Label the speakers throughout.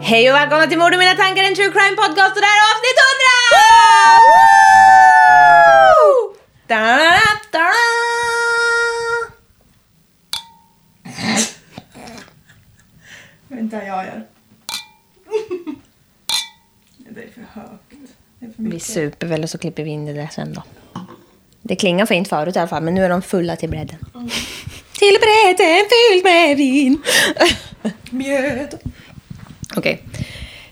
Speaker 1: Hej och välkomna till Mord och mina tankar, en true crime podcast och det här är avsnitt 100! Da-da-da-da-da!
Speaker 2: Vänta, jag gör. Det är för högt. Det är för
Speaker 1: Vi
Speaker 2: mycket.
Speaker 1: super väl och så klipper vi in det där sen då. Det klingar fint förut i alla fall, men nu är de fulla till bredden. Till bredden fylld med vin!
Speaker 2: Mjöd.
Speaker 1: Okej.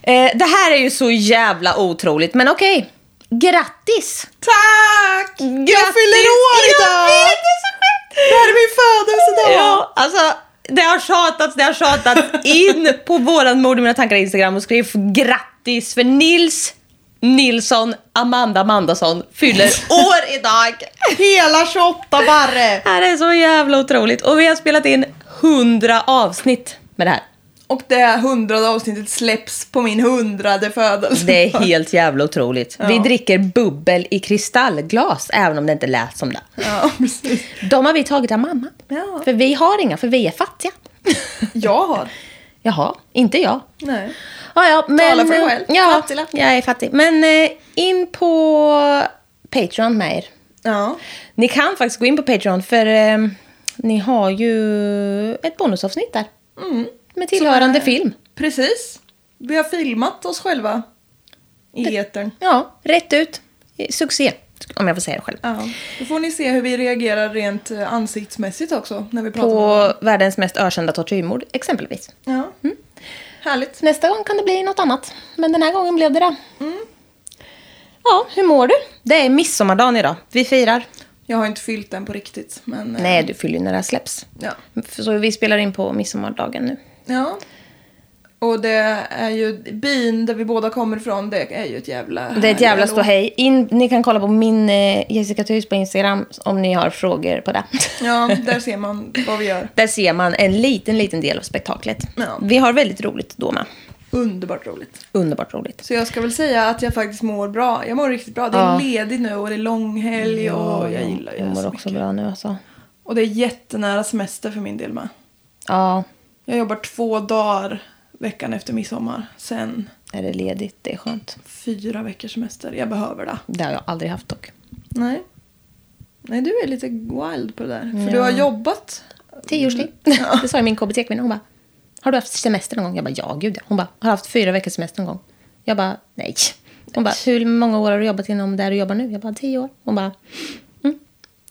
Speaker 1: Eh, det här är ju så jävla otroligt, men okej. Grattis!
Speaker 2: Tack! Jag fyller år
Speaker 1: Jag
Speaker 2: idag!
Speaker 1: vet, det är så sjukt!
Speaker 2: Det här är min födelsedag!
Speaker 1: Ja, alltså det har tjatats, det har tjatats. In på våran Mord i mina tankar Instagram och skriv grattis för Nils Nilsson Amanda Amandasson fyller år idag.
Speaker 2: Hela 28 barre!
Speaker 1: Det här är så jävla otroligt och vi har spelat in 100 avsnitt med det här.
Speaker 2: Och det hundrade avsnittet släpps på min hundrade födelsedag.
Speaker 1: Det är helt jävla otroligt. Vi
Speaker 2: Ja.
Speaker 1: dricker bubbel i kristallglas även om det inte lät som det.
Speaker 2: Ja, precis.
Speaker 1: De har vi tagit av mamma.
Speaker 2: Ja.
Speaker 1: För vi har inga, för vi är fattiga.
Speaker 2: Jag har.
Speaker 1: Jaha, inte jag.
Speaker 2: Nej.
Speaker 1: Ja, ja, men,
Speaker 2: Tala för dig själv.
Speaker 1: Ja,
Speaker 2: Fattig lapp.
Speaker 1: jag är fattig. Men eh, in på Patreon med er.
Speaker 2: Ja.
Speaker 1: Ni kan faktiskt gå in på Patreon för eh, ni har ju ett bonusavsnitt där.
Speaker 2: Mm.
Speaker 1: Med tillhörande
Speaker 2: Så, eh,
Speaker 1: film.
Speaker 2: Precis. Vi har filmat oss själva. I etern.
Speaker 1: Ja, rätt ut. Eh, Succé, om jag får säga det själv.
Speaker 2: Ja. Då får ni se hur vi reagerar rent eh, ansiktsmässigt också när vi pratar med
Speaker 1: På världens mest ökända tortyrmord, exempelvis.
Speaker 2: Ja. Härligt.
Speaker 1: Nästa gång kan det bli något annat. Men den här gången blev det det.
Speaker 2: Mm.
Speaker 1: Ja, hur mår du? Det är midsommardagen idag. Vi firar.
Speaker 2: Jag har inte fyllt den på riktigt, men... eh,
Speaker 1: Nej, du fyller ju när det här släpps.
Speaker 2: Ja.
Speaker 1: Så vi spelar in på midsommardagen nu.
Speaker 2: ja. Och det är ju byn där vi båda kommer ifrån, det är ju ett jävla...
Speaker 1: Det är ett jävla
Speaker 2: härligt-
Speaker 1: ståhej. In, ni kan kolla på min eh, Jessica Thys på Instagram om ni har frågor på det.
Speaker 2: Ja, där ser man vad vi gör.
Speaker 1: Där ser man en liten, liten del av spektaklet.
Speaker 2: Ja.
Speaker 1: Vi har väldigt roligt då med.
Speaker 2: Underbart roligt.
Speaker 1: Underbart roligt.
Speaker 2: Så jag ska väl säga att jag faktiskt mår bra. Jag mår riktigt bra. Det är
Speaker 1: Ja.
Speaker 2: ledigt nu och det är långhelg och jag gillar ju
Speaker 1: jag
Speaker 2: det
Speaker 1: mår
Speaker 2: så
Speaker 1: också
Speaker 2: mycket.
Speaker 1: bra nu alltså.
Speaker 2: Och det är jättenära semester för min del med.
Speaker 1: Ja,
Speaker 2: Jag jobbar två dagar veckan efter midsommar. Sen
Speaker 1: är det ledigt. Det är skönt.
Speaker 2: fyra veckors semester. Jag behöver det.
Speaker 1: Det har jag aldrig haft dock.
Speaker 2: Nej. Nej, du är lite wild på det där. För du har jobbat.
Speaker 1: Tio års tid. Mm. Det sa ju min KBT-kvinna. Hon bara, har du haft semester någon gång? Jag bara, ja gud ja. Hon bara, har du haft fyra veckors semester någon gång? Jag bara, nej. Hon bara, hur många år har du jobbat inom där du jobbar nu? Jag bara, tio år. Hon bara, mm.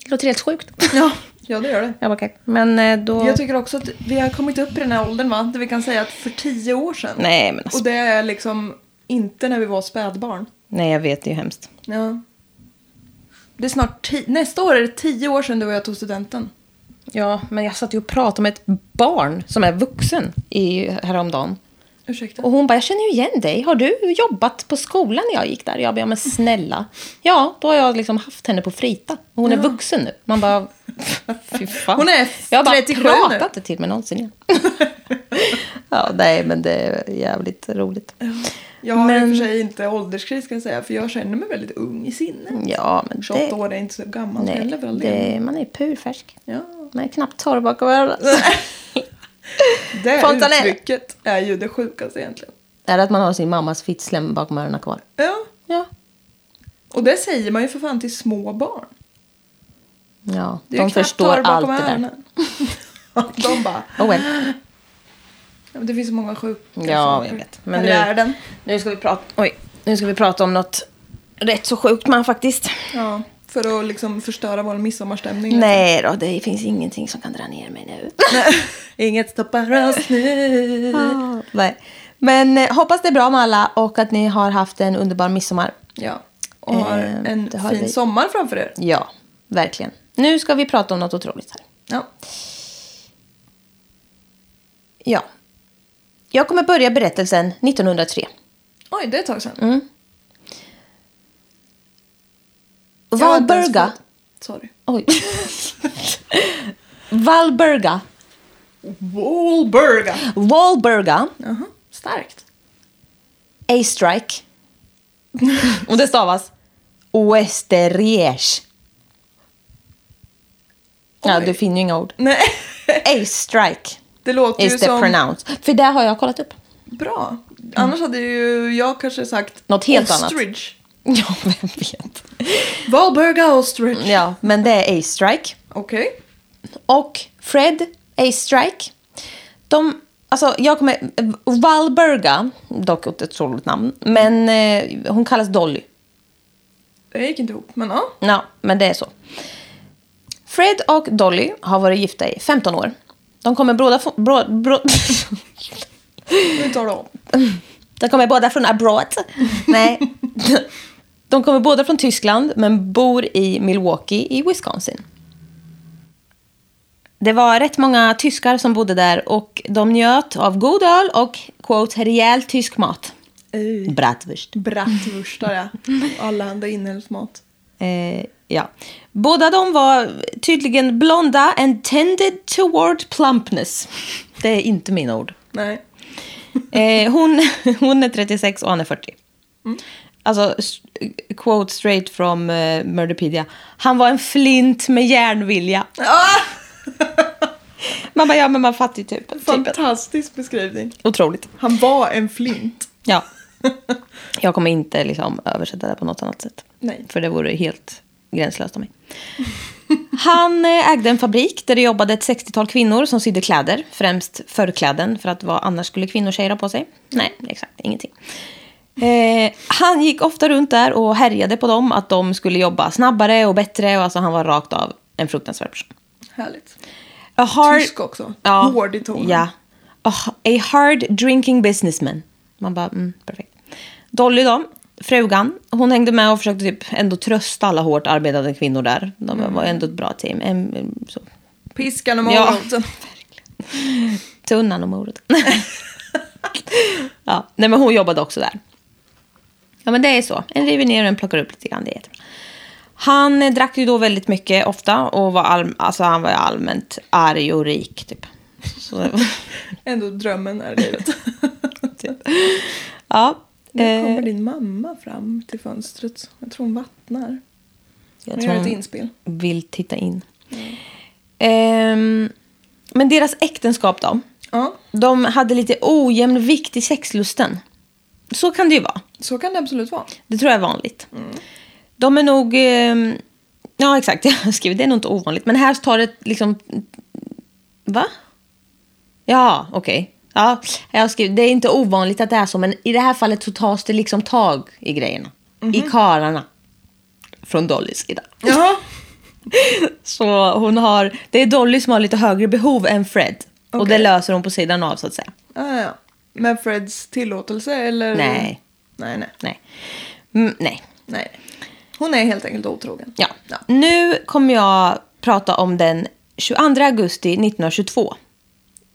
Speaker 1: Det låter helt sjukt.
Speaker 2: Ja, ja det gör det.
Speaker 1: Jag bara, okej. Men eh, då...
Speaker 2: Jag tycker också att vi har kommit upp i den här åldern va? Där vi kan säga att för tio år sedan.
Speaker 1: nej, men alltså,
Speaker 2: Och det är liksom inte när vi var spädbarn.
Speaker 1: nej, jag vet. Det är ju hemskt.
Speaker 2: Ja. Det är snart ti- Nästa år är det tio år sedan du och jag tog studenten.
Speaker 1: Ja, men jag satt ju och pratade med ett barn som är vuxen i, häromdagen.
Speaker 2: Ursäkta.
Speaker 1: Och hon bara, jag känner ju igen dig. Har du jobbat på skolan när jag gick där? Jag bara, ja, men snälla. Ja, då har jag liksom haft henne på Frita. Och hon är vuxen nu. Man bara, fy fan.
Speaker 2: Hon är
Speaker 1: jag bara,
Speaker 2: 37 nu.
Speaker 1: prata inte till mig någonsin igen. ja, nej, men det är jävligt roligt.
Speaker 2: jag har
Speaker 1: men-
Speaker 2: i och för sig inte ålderskris ska jag säga. För jag känner mig väldigt ung i sinnet.
Speaker 1: Ja, men
Speaker 2: 28
Speaker 1: det...
Speaker 2: år är inte så gammalt
Speaker 1: Nej,
Speaker 2: heller för all del.
Speaker 1: det, man är purfärsk.
Speaker 2: Ja.
Speaker 1: Man är knappt torr bakom öronen.
Speaker 2: Det
Speaker 1: Fontanell.
Speaker 2: uttrycket är ju det sjukaste egentligen.
Speaker 1: är det att man har sin mammas fitslem bakom öronen kvar?
Speaker 2: Ja.
Speaker 1: Ja.
Speaker 2: Och det säger man ju för fan till små barn.
Speaker 1: Ja,
Speaker 2: Det är ju
Speaker 1: de
Speaker 2: knappt
Speaker 1: förstår
Speaker 2: hår
Speaker 1: allt
Speaker 2: bakom
Speaker 1: det där.
Speaker 2: öronen. De bara,
Speaker 1: Oh well.
Speaker 2: ja, men det finns så många sjuka
Speaker 1: Ja,
Speaker 2: saker
Speaker 1: jag vet.
Speaker 2: här i världen.
Speaker 1: nu ska vi prata... Oj, nu ska vi prata om något rätt så sjukt man faktiskt.
Speaker 2: Ja, för att liksom förstöra vår midsommarstämning. lite.
Speaker 1: Nej då, det finns ingenting som kan dra ner mig nu.
Speaker 2: Inget stoppar oss nu.
Speaker 1: Ah, Nej. Men eh, hoppas det är bra med alla och att ni har haft en underbar midsommar.
Speaker 2: Ja, och har
Speaker 1: Eh,
Speaker 2: en
Speaker 1: det har
Speaker 2: fin
Speaker 1: vi.
Speaker 2: sommar framför er.
Speaker 1: Ja, verkligen. Nu ska vi prata om något otroligt här.
Speaker 2: Ja.
Speaker 1: Ja. Jag kommer börja berättelsen 1903.
Speaker 2: Oj, det är ett tag sedan.
Speaker 1: Mm.
Speaker 2: Jag har inte ens
Speaker 1: Valburga.
Speaker 2: fått- Sorry.
Speaker 1: Oj. Valburga.
Speaker 2: Wahlburga.
Speaker 1: Valburga.
Speaker 2: Jaha, starkt.
Speaker 1: A-strike. Och det stavas Oesteriesch. Ja,
Speaker 2: Oj.
Speaker 1: du finner ju inga ord.
Speaker 2: Nej,
Speaker 1: A-strike
Speaker 2: det låter ju
Speaker 1: is the
Speaker 2: som...
Speaker 1: pronounce. För det har jag kollat upp.
Speaker 2: Bra. Annars hade ju jag kanske sagt
Speaker 1: Något helt annat.
Speaker 2: ostrich.
Speaker 1: Ja, vem vet.
Speaker 2: Valberga ostrich.
Speaker 1: Ja, men det är Ace Strike.
Speaker 2: Okej.
Speaker 1: Och Fred, Ace Strike. De, alltså jag kommer... Valberga, dock ett otroligt namn. Men eh, hon kallas Dolly.
Speaker 2: Det gick inte ihop, men ja.
Speaker 1: Ja, men det är så. Fred och Dolly har varit gifta i 15 år. De kommer båda från... Bro, bro,
Speaker 2: Nu tar du om.
Speaker 1: de kommer båda från abroad. Nej. De kommer båda från Tyskland, men bor i Milwaukee i Wisconsin. Det var rätt många tyskar som bodde där och de njöt av god öl och quote, rejäl tysk mat. Bratwurst.
Speaker 2: Bratwurstar, ja. Allehanda inälvsmat.
Speaker 1: Eh, ja. Båda de var tydligen blonda and tended toward plumpness. Det är inte mina ord.
Speaker 2: Nej.
Speaker 1: Eh, hon, hon är 36 och han är 40. Alltså, s- quote straight from eh, Murderpedia. Han var en flint med järnvilja.
Speaker 2: Ah!
Speaker 1: Man bara, ja men man fattar ju typ. typ.
Speaker 2: Fantastisk beskrivning.
Speaker 1: Otroligt.
Speaker 2: Han var en flint.
Speaker 1: Ja. Jag kommer inte liksom översätta det på något annat sätt.
Speaker 2: Nej.
Speaker 1: För det vore helt gränslöst av mig. Han eh, ägde en fabrik där det jobbade ett 60-tal kvinnor som sydde kläder. Främst förkläden, för att vad annars skulle kvinnor och tjejer ha på sig? Nej, exakt ingenting. Eh, han gick ofta runt där och härjade på dem att de skulle jobba snabbare och bättre. Och alltså han var rakt av en fruktansvärd person.
Speaker 2: Härligt.
Speaker 1: A hard...
Speaker 2: Tysk också.
Speaker 1: Ja.
Speaker 2: Hård i tonen.
Speaker 1: Ja. A, a hard drinking businessman. Man bara, mm, perfekt. Dolly då, frugan, hon hängde med och försökte typ ändå trösta alla hårt arbetande kvinnor där. De
Speaker 2: Mm.
Speaker 1: var ändå ett bra team. Em- em, så.
Speaker 2: Piskan och
Speaker 1: Ja.
Speaker 2: moroten.
Speaker 1: Tunnan och moroten. ja. Nej, men hon jobbade också där. Ja, men det är så. En river ner och en plockar upp lite grann. Det är jättebra. Han eh, drack ju då väldigt mycket ofta och var, all, alltså, han var ju allmänt arg och rik. Typ. Så,
Speaker 2: Ändå drömmen är livet.
Speaker 1: typ. Ja.
Speaker 2: Nu
Speaker 1: eh,
Speaker 2: kommer din mamma fram till fönstret. Jag tror hon vattnar.
Speaker 1: Jag
Speaker 2: Hon
Speaker 1: tror
Speaker 2: gör ett
Speaker 1: hon
Speaker 2: inspel.
Speaker 1: vill titta in. Mm. Ehm, men deras äktenskap då?
Speaker 2: Ja,
Speaker 1: De hade lite ojämn vikt i sexlusten. Så kan det ju vara.
Speaker 2: så kan det absolut vara.
Speaker 1: Det tror jag är vanligt. De är nog... ehm, ja, exakt. Jag har skrivit det är nog inte ovanligt. Men här tar det liksom... Va? Ja, okej. Ja, jag har skrivit, det är inte ovanligt att det är så, men i det här fallet så tas det liksom tag i grejerna. I karlarna. Från Dollys sida.
Speaker 2: Jaha.
Speaker 1: Så hon har, det är Dolly som har lite högre behov än Fred. Och
Speaker 2: Okej.
Speaker 1: det löser hon på sidan av så att säga.
Speaker 2: Ja, ja. Med Freds tillåtelse eller?
Speaker 1: Nej.
Speaker 2: Nej, nej.
Speaker 1: Nej. Mm, nej.
Speaker 2: nej. Hon är helt enkelt otrogen.
Speaker 1: Ja.
Speaker 2: Ja.
Speaker 1: Nu kommer jag prata om den 22 augusti 1922.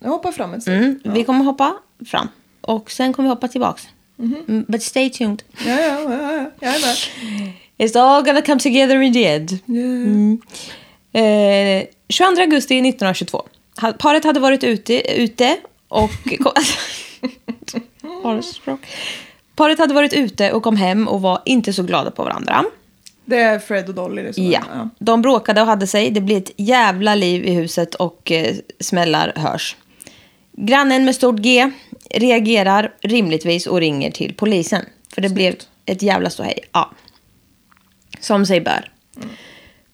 Speaker 2: Jag hoppar fram ett steg.
Speaker 1: Mm. Vi kommer hoppa fram. Och sen kommer vi hoppa tillbaks. Mm, But stay tuned.
Speaker 2: Ja, ja, ja, ja. Jag är med.
Speaker 1: It's all gonna come together in the end. Mm. Eh, 22 augusti 1922. Ha- Paret hade varit ute, ute och... Kom, Arsbrock. Paret hade varit ute och kom hem och var inte så glada på varandra.
Speaker 2: Det är Fred och Dolly liksom. det som är-
Speaker 1: Ja. De bråkade och hade sig. Det blir ett jävla liv i huset och eh, smällar hörs. Grannen med stort G reagerar rimligtvis och ringer till polisen. För det blev ett jävla ståhej. Ja. Som sig bör.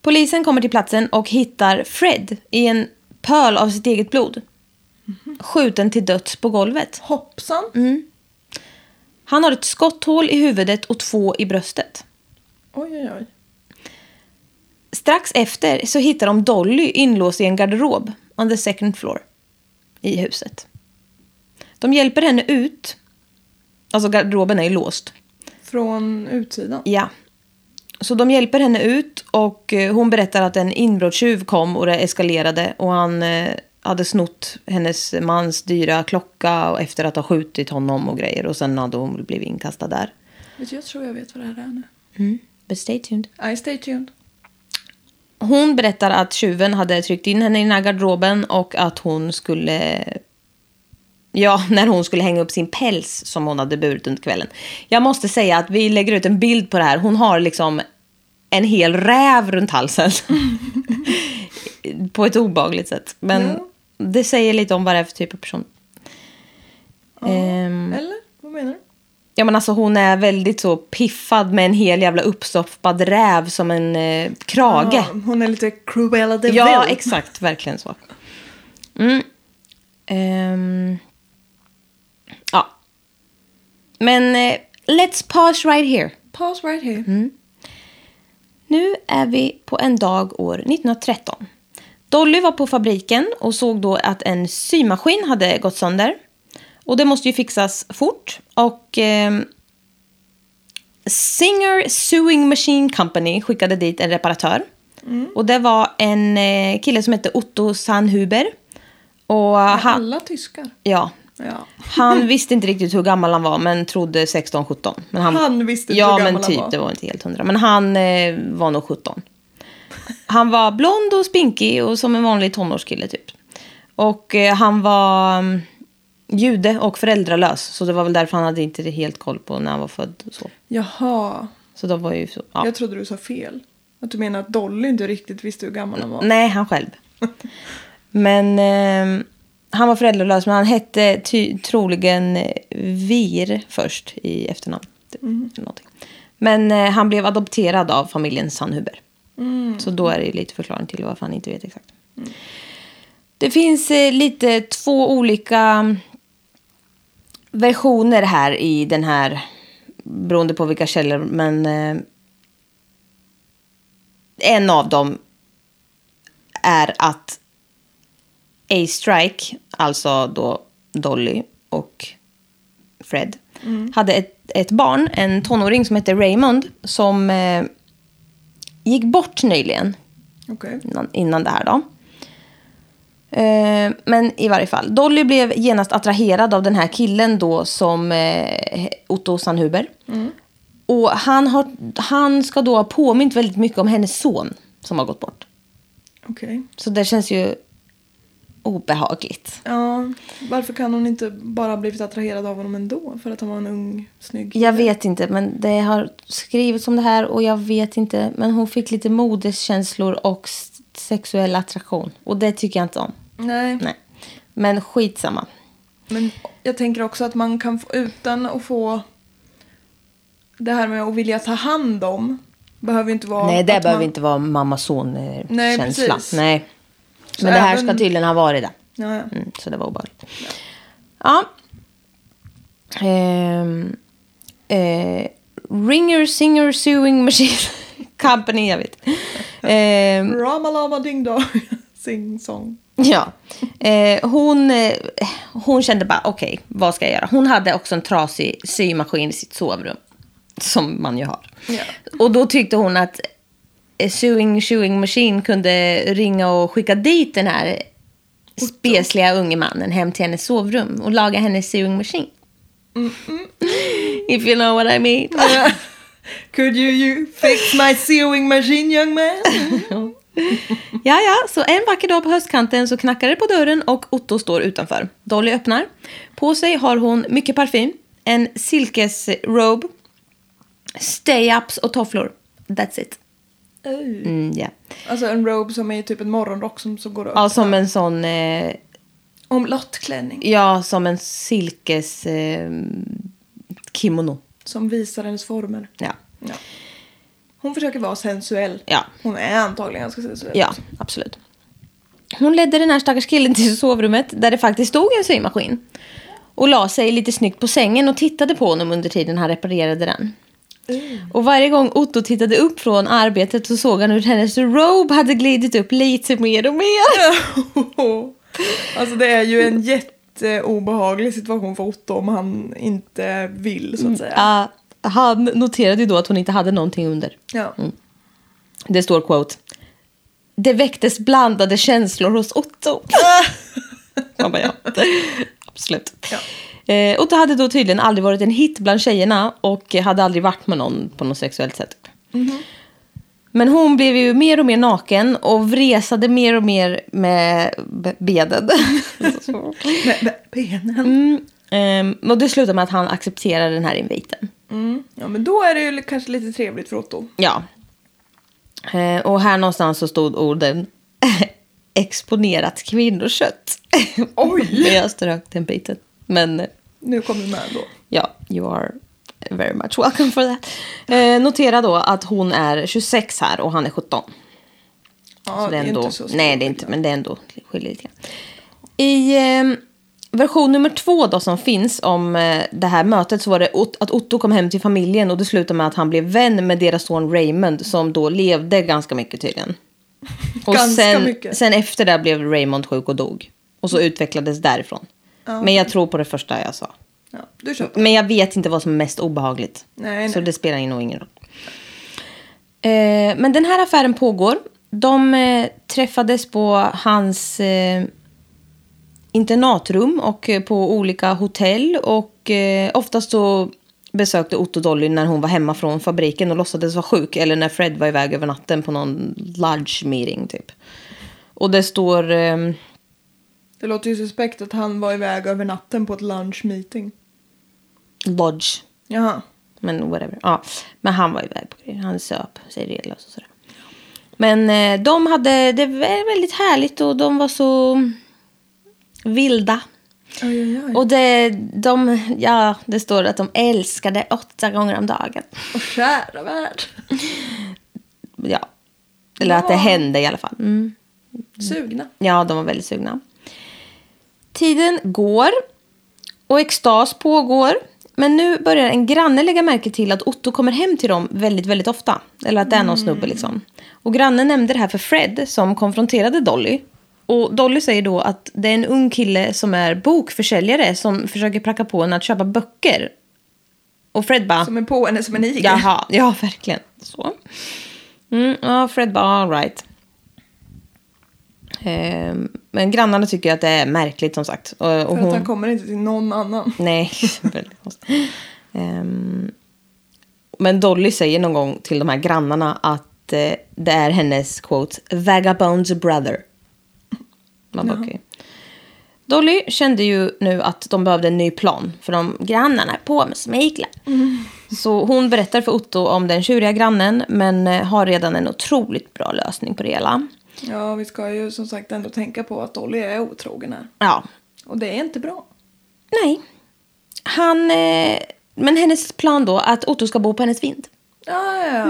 Speaker 1: Polisen kommer till platsen och hittar Fred i en pöl av sitt eget blod. Skjuten till döds på golvet.
Speaker 2: Hoppsan.
Speaker 1: Mm. Han har ett skotthål i huvudet och två i bröstet.
Speaker 2: Oj, oj, oj.
Speaker 1: Strax efter så hittar de Dolly inlåst i en garderob on the second floor i huset. De hjälper henne ut. Alltså garderoben är ju låst.
Speaker 2: Från utsidan.
Speaker 1: Ja. Så de hjälper henne ut och eh, hon berättar att en inbrottstjuv kom och det eskalerade och han eh, hade snott hennes mans dyra klocka och efter att ha skjutit honom och grejer och sen hade hon blivit inkastad där.
Speaker 2: Vet du, jag tror jag vet vad det här är nu.
Speaker 1: Mm. But stay tuned.
Speaker 2: I stay tuned.
Speaker 1: Hon berättar att tjuven hade tryckt in henne i den här garderoben och att hon skulle... Ja, när hon skulle hänga upp sin päls som hon hade burit under kvällen. Jag måste säga att vi lägger ut en bild på det här. Hon har liksom en hel räv runt halsen. på ett obagligt sätt. Men
Speaker 2: Ja.
Speaker 1: det säger lite om vad det är för typ av person. Ehm,
Speaker 2: Eller? Vad menar du?
Speaker 1: Ja men alltså hon är väldigt så piffad med en hel jävla uppstoppad räv som en eh, krage.
Speaker 2: Ja, hon är lite Cruella de
Speaker 1: Ja,
Speaker 2: Vil.
Speaker 1: exakt. Verkligen så. Mm. Ehm. ja. Men eh, let's pause right here.
Speaker 2: Pause right here.
Speaker 1: Mm. Nu är vi på en dag år 1913. Dolly var på fabriken och såg då att en symaskin hade gått sönder. Och det måste ju fixas fort. Och ehm, Singer Sewing Machine Company skickade dit en reparatör. Och det var en eh, kille som hette Otto Sanhuber. Och han,
Speaker 2: Alla tyskar.
Speaker 1: ja,
Speaker 2: Ja.
Speaker 1: han visste inte riktigt hur gammal han var, men trodde 16-17. Men
Speaker 2: Han visste inte
Speaker 1: ja,
Speaker 2: hur gammal
Speaker 1: men
Speaker 2: han
Speaker 1: typ,
Speaker 2: var.
Speaker 1: det var inte helt hundra. Men han eh, var nog 17. Han var blond och spinkig och som en vanlig tonårskille typ. Och eh, han var mm, jude och föräldralös. Så det var väl därför han hade inte helt koll på när han var född. Och så.
Speaker 2: Jaha.
Speaker 1: så de var ju så, ja.
Speaker 2: Jag trodde du sa fel. Att du menar att Dolly inte riktigt visste hur gammal han var.
Speaker 1: Nej, han själv. Men eh, han var föräldralös, men han hette ty- troligen eh, Vir först i efternamn. Typ, Någonting. Men eh, han blev adopterad av familjen Sandhuber. Så då är det ju lite förklaring till varför han inte vet exakt. Det finns eh, lite två olika versioner här i den här, beroende på vilka källor, men eh, en av dem är att A-Strike, alltså då Dolly och Fred, hade ett, ett barn, en tonåring som hette Raymond, som eh, gick bort nyligen
Speaker 2: Okej.
Speaker 1: innan, innan det här då. Eh, men i varje fall, Dolly blev genast attraherad av den här killen då som eh, Otto Sanhuber. Och han, har, han ska då ha påmint väldigt mycket om hennes son som har gått bort.
Speaker 2: Okej.
Speaker 1: Så det känns ju obehagligt.
Speaker 2: Ja, varför kan hon inte bara ha blivit attraherad av honom ändå? För att han var en ung, snygg
Speaker 1: Jag vet inte, men det har skrivits om det här och jag vet inte. Men hon fick lite modeskänslor och s- sexuell attraktion. Och det tycker jag inte om.
Speaker 2: Nej.
Speaker 1: Nej. Men skitsamma.
Speaker 2: Men jag tänker också att man kan få, utan att få det här med att vilja ta hand om. Behöver ju inte vara...
Speaker 1: Nej, det
Speaker 2: att
Speaker 1: behöver
Speaker 2: man,
Speaker 1: inte vara
Speaker 2: Nej,
Speaker 1: mamma-son-känsla.
Speaker 2: precis.
Speaker 1: Nej.
Speaker 2: Så
Speaker 1: Men det här
Speaker 2: även-
Speaker 1: ska tydligen ha varit det.
Speaker 2: Ja, ja.
Speaker 1: Mm, så det var obehagligt. Ja. Ehm, eh, Ringer Singer Sewing Machine Company, jag vet. Ehm,
Speaker 2: Ramalama ding dong. Sing song.
Speaker 1: Ja. Eh, hon, eh, hon kände bara, okej, vad ska jag göra? Hon hade också en trasig symaskin i sitt sovrum. Som man ju har.
Speaker 2: Ja.
Speaker 1: Och då tyckte hon att eh, Sewing Sewing Machine kunde ringa och skicka dit den här spesliga unge mannen hem till hennes sovrum och laga hennes sewing machine. If you know what I mean.
Speaker 2: Could you, you fix my sewing machine young man?
Speaker 1: Ja, ja, så en vacker dag på höstkanten så knackar det på dörren och Otto står utanför. Dolly öppnar. På sig har hon mycket parfym, en silkesrobe, stay-ups och tofflor. That's it.
Speaker 2: Oj.
Speaker 1: Mm, ja.
Speaker 2: Alltså en robe som är typ en morgonrock som så går upp.
Speaker 1: ja, som en sån... Eh,
Speaker 2: Omlottklänning.
Speaker 1: ja, som en silkes... Eh, kimono.
Speaker 2: Som visar hennes former.
Speaker 1: Ja.
Speaker 2: Ja. Hon försöker vara sensuell.
Speaker 1: ja.
Speaker 2: Hon är antagligen ganska sensuell.
Speaker 1: Ja, absolut. Hon ledde den här stackars killen till sovrummet där det faktiskt stod en symaskin. Och la sig lite snyggt på sängen och tittade på honom under tiden han reparerade den. Och varje gång Otto tittade upp från arbetet så såg han hur hennes robe hade glidit upp lite mer och mer.
Speaker 2: alltså det är ju en jätteobehaglig situation för Otto om han inte vill så att säga.
Speaker 1: Ah, han noterade ju då att hon inte hade någonting under.
Speaker 2: Ja.
Speaker 1: Det står quote. Det väcktes blandade känslor hos Otto. Man bara, ja. Absolut.
Speaker 2: Ja.
Speaker 1: Eh, Otto hade då tydligen aldrig varit en hit bland tjejerna och hade aldrig varit med någon på något sexuellt sätt. typ.
Speaker 2: Mm-hmm.
Speaker 1: Men hon blev ju mer och mer naken och vresade mer och mer med b- benen.
Speaker 2: Med, med benen.
Speaker 1: mm. ehm, och det slutade med att han accepterade den här inviten.
Speaker 2: Mm. Ja men då är det ju kanske lite trevligt för Otto.
Speaker 1: Ja. Eh, och här någonstans så stod orden exponerat kvinnokött.
Speaker 2: Oj!
Speaker 1: Men jag strök den biten. Men eh,
Speaker 2: Nu kommer vi med då.
Speaker 1: Ja, you are very much welcome for that. Eh, notera då att hon är 26 här och han är 17.
Speaker 2: Ja,
Speaker 1: så det är ändå,
Speaker 2: inte så stor
Speaker 1: nej, det är inte, men det är ändå skiljer lite grann. I eh, version nummer två då som finns om eh, det här mötet så var det Ot- att Otto kom hem till familjen och det slutade med att han blev vän med deras son Raymond som då levde ganska mycket tydligen. Och
Speaker 2: Ganska
Speaker 1: sen,
Speaker 2: mycket.
Speaker 1: sen efter det blev Raymond sjuk och dog. Och så utvecklades därifrån.
Speaker 2: Ja.
Speaker 1: Men jag tror på det första jag sa.
Speaker 2: Ja, du köper.
Speaker 1: Men jag vet inte vad som är mest obehagligt.
Speaker 2: Nej,
Speaker 1: Så
Speaker 2: nej.
Speaker 1: det spelar nog ingen roll. Eh, men den här affären pågår. De eh, träffades på hans eh, internatrum och eh, på olika hotell. Och eh, oftast så besökte Otto Dolly när hon var hemma från fabriken och låtsades vara sjuk. Eller när Fred var iväg över natten på någon lodge meeting typ. Och det står... ehm,
Speaker 2: Det låter ju suspekt att han var iväg över natten på ett lunch meeting.
Speaker 1: lodge.
Speaker 2: Jaha.
Speaker 1: Men whatever. Ja. Men han var iväg på grejer. Han söp sig redlös och sådär. Men eh, de hade det var väldigt härligt och de var så vilda.
Speaker 2: Aj, aj, aj.
Speaker 1: Och det, de, ja, det står att de älskade åtta gånger om dagen.
Speaker 2: Och kära värld.
Speaker 1: Ja. Eller att det
Speaker 2: Ja.
Speaker 1: hände i alla fall. Mm.
Speaker 2: Sugna.
Speaker 1: Ja, de var väldigt sugna. Tiden går och extas pågår. Men nu börjar en granne lägga märke till att Otto kommer hem till dem väldigt, väldigt ofta. Eller att det är någon snubbe liksom. Och grannen nämnde det här för Fred som konfronterade Dolly. Och Dolly säger då att det är en ung kille som är bokförsäljare som försöker pracka på henne att köpa böcker. Och Fred bara...
Speaker 2: Som är på henne som en igel.
Speaker 1: Jaha, ja verkligen. Så. Mm, ja, Fred bara, all right. Ehm, men grannarna tycker att det är märkligt som sagt. Och, och
Speaker 2: För att
Speaker 1: hon...
Speaker 2: han kommer inte till någon annan.
Speaker 1: Nej, väldigt konstigt. Ehm, men Dolly säger någon gång till de här grannarna att eh, det är hennes quote, vagabond's brother. Man bara, okej. Dolly kände ju nu att de behövde en ny plan, för de grannarna är på med smeklar. Så hon berättar för Otto om den tjuriga grannen, men eh, har redan en otroligt bra lösning på det hela.
Speaker 2: Ja, vi ska ju som sagt ändå tänka på att Dolly är otrogen här.
Speaker 1: Ja,
Speaker 2: Och det är inte bra.
Speaker 1: nej. Han, eh, men hennes plan då, att Otto ska bo på hennes vind.
Speaker 2: Ja, ja, ja.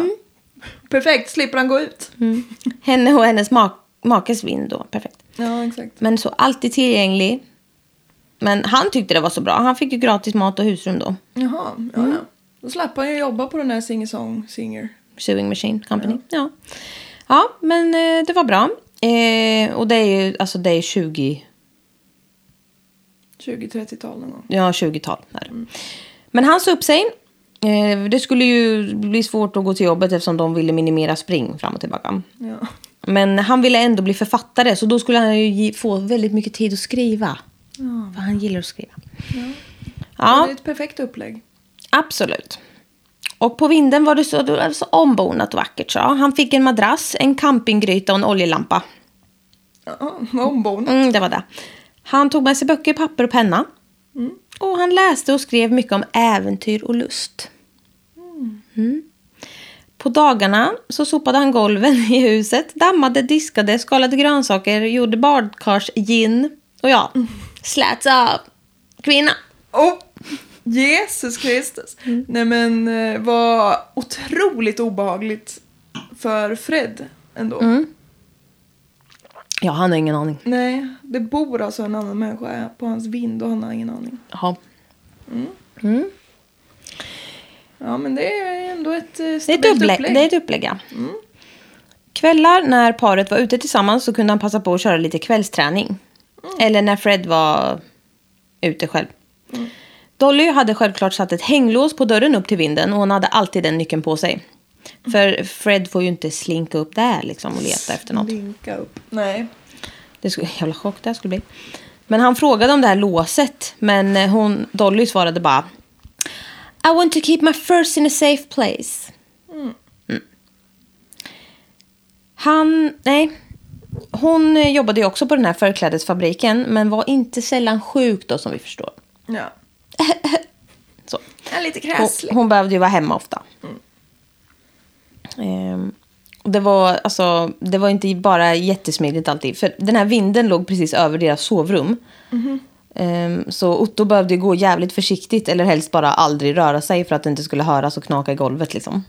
Speaker 2: Perfekt, slipper han gå ut.
Speaker 1: Henne och hennes ma- makes vind då, perfekt.
Speaker 2: Ja, exakt.
Speaker 1: Men så alltid tillgänglig. Men han tyckte det var så bra. Han fick ju gratis mat och husrum då.
Speaker 2: Jaha, ja, ja. Då slapp han ju jobba på den här sing-song singer.
Speaker 1: Sewing Machine Company. Ja, ja. men eh, det var bra. Eh, och det är ju alltså det är 20,
Speaker 2: 20-30-tal någon gång.
Speaker 1: ja, 20-tal. Här. Men han sa upp sig. Eh, det skulle ju bli svårt att gå till jobbet eftersom de ville minimera spring fram och tillbaka.
Speaker 2: Ja.
Speaker 1: Men han ville ändå bli författare så då skulle han ju ge- få väldigt mycket tid att skriva.
Speaker 2: Ja.
Speaker 1: För han gillar att skriva. Ja.
Speaker 2: Det är ett perfekt upplägg.
Speaker 1: Absolut. Och på vinden var det så, det var så ombonat och vackert. Så. Han fick en madrass, en campinggryta och en oljelampa.
Speaker 2: Ja, vad ombonat.
Speaker 1: Mm, det var det. Han tog med sig böcker, papper och penna. Mm. Och han läste och skrev mycket om äventyr och lust. Mm. På dagarna så sopade han golven i huset, dammade, diskade, skalade grönsaker, gjorde badkarsgin. Och ja, släts av kvinna.
Speaker 2: Oh, Jesus Kristus. Nej men eh, vad otroligt obehagligt för Fred ändå.
Speaker 1: Ja, han har ingen aning.
Speaker 2: Nej, det bor alltså en annan människa på hans vind och han har ingen aning.
Speaker 1: Jaha.
Speaker 2: Ja men det är ändå ett
Speaker 1: Det
Speaker 2: eh,
Speaker 1: är ett,
Speaker 2: stabilt
Speaker 1: upplägg.
Speaker 2: upplägg.
Speaker 1: Det är ett upplägg ja. Kvällar när paret var ute tillsammans så kunde han passa på att köra lite kvällsträning. Eller när Fred var ute själv. Dolly hade självklart satt ett hänglås på dörren upp till vinden och hon hade alltid den nyckeln på sig. För Fred får ju inte slinka upp där liksom och leta efter något.
Speaker 2: Linka upp. Nej.
Speaker 1: Det skulle, jävla chock det här skulle bli. Men han frågade om det här låset. Men eh, hon, Dolly svarade bara. I want to keep my first in a safe place. Mm. Han, nej. Hon eh, jobbade ju också på den här förklädesfabriken. Men var inte sällan sjuk då som vi förstår.
Speaker 2: Ja.
Speaker 1: Så.
Speaker 2: Jag är lite
Speaker 1: Hon,
Speaker 2: kräslig.
Speaker 1: hon behövde ju vara hemma ofta. Ehm, och det, var, alltså, det var inte bara jättesmidigt alltid. För den här vinden låg precis över deras sovrum. Ehm, så Otto behövde ju gå jävligt försiktigt eller helst bara aldrig röra sig för att det inte skulle höras och knaka i golvet. Liksom.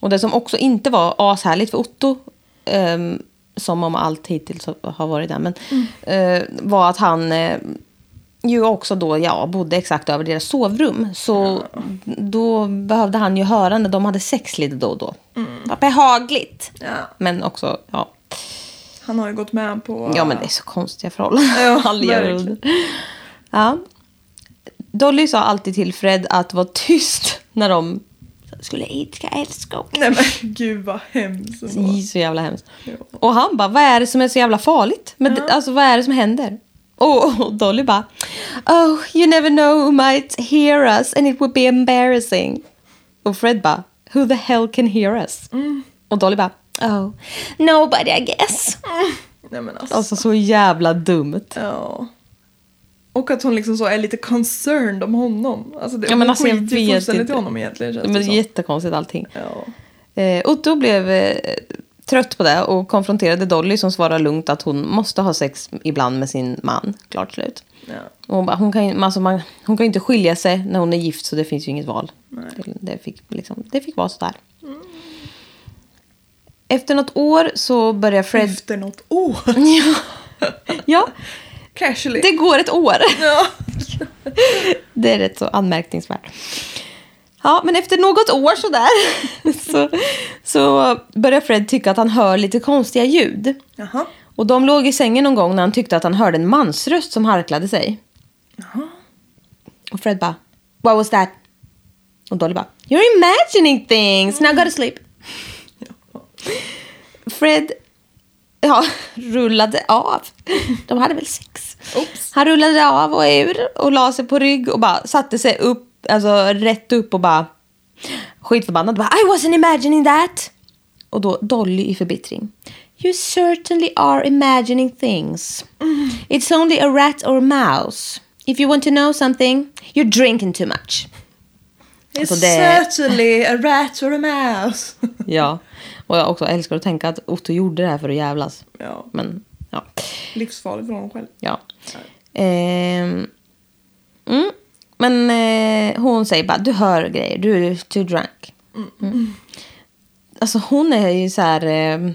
Speaker 1: Och det som också inte var ashärligt för Otto, ehm, som om allt hittills har varit det, men, eh, var att han eh, ju också då ja, bodde exakt över deras sovrum. Så då behövde han ju höra när de hade sex lite då och då.
Speaker 2: Mm.
Speaker 1: Vad behagligt!
Speaker 2: Ja.
Speaker 1: Men också, ja.
Speaker 2: Han har ju gått med på...
Speaker 1: Ja, men det är så konstiga förhållanden.
Speaker 2: Ja,
Speaker 1: Alla gör
Speaker 2: verkligen.
Speaker 1: det. ja. Dolly sa alltid till Fred att vara tyst när de skulle idka älskog.
Speaker 2: Nej men gud vad hemskt. ändå.
Speaker 1: Så jävla hemskt.
Speaker 2: Ja.
Speaker 1: Och han bara, vad är det som är så jävla farligt? Men det, alltså, vad är det som händer? Och, och Dolly bara, oh, you never know who might hear us and it would be embarrassing. Och Fred bara, who the hell can hear us? Och Dolly bara, oh, nobody I guess.
Speaker 2: Nej men alltså.
Speaker 1: Alltså så jävla dumt.
Speaker 2: Ja. Och att hon liksom så är lite concerned om honom. Alltså det,
Speaker 1: Ja, men
Speaker 2: hon
Speaker 1: alltså, jag
Speaker 2: skiter ju
Speaker 1: vet
Speaker 2: fullständigt
Speaker 1: inte.
Speaker 2: i honom egentligen känns
Speaker 1: Men det
Speaker 2: det
Speaker 1: är
Speaker 2: som.
Speaker 1: jättekonstigt allting.
Speaker 2: Ja.
Speaker 1: Eh, Otto blev eh, trött på det och konfronterade Dolly som svarade lugnt att hon måste ha sex ibland med sin man. Klart slut.
Speaker 2: Ja.
Speaker 1: Och hon, bara, hon, kan, ju- alltså man, hon kan ju inte skilja sig när hon är gift så det finns ju inget val. Det, det, fick, liksom, det fick vara sådär. Efter något år så börjar Fred...
Speaker 2: Efter något Oh! år.
Speaker 1: ja. ja,
Speaker 2: Casually.
Speaker 1: det går ett år.
Speaker 2: Ja.
Speaker 1: Det är rätt så anmärkningsvärt. Ja, men efter något år sådär så, så börjar Fred tycka att han hör lite konstiga ljud.
Speaker 2: Jaha.
Speaker 1: Och de låg i sängen någon gång när han tyckte att han hörde en mansröst som harklade sig.
Speaker 2: Jaha.
Speaker 1: Och Fred bara, what was that? Och Dolly bara, you're imagining things, now go to sleep. Fred ja, rullade av. De hade väl sex.
Speaker 2: Oops.
Speaker 1: Han rullade av och ur och la sig på rygg och bara satte sig upp, alltså rätt upp och bara skitförbannad. Bara, I wasn't imagining that. Och då Dolly i förbittring. You certainly are imagining things. It's only a rat or a mouse. If you want to know something, you're drinking too much.
Speaker 2: It's
Speaker 1: Alltså, det-
Speaker 2: certainly a rat or a mouse.
Speaker 1: Ja, och jag också älskar att tänka att Otto gjorde det här för att jävlas.
Speaker 2: Ja.
Speaker 1: Men ja.
Speaker 2: Livsfarlig för honom själv.
Speaker 1: ja. Ehm, mm. Men eh, hon säger bara, du hör grejer, du är too drunk. Mm. Alltså hon är ju så här... Eh,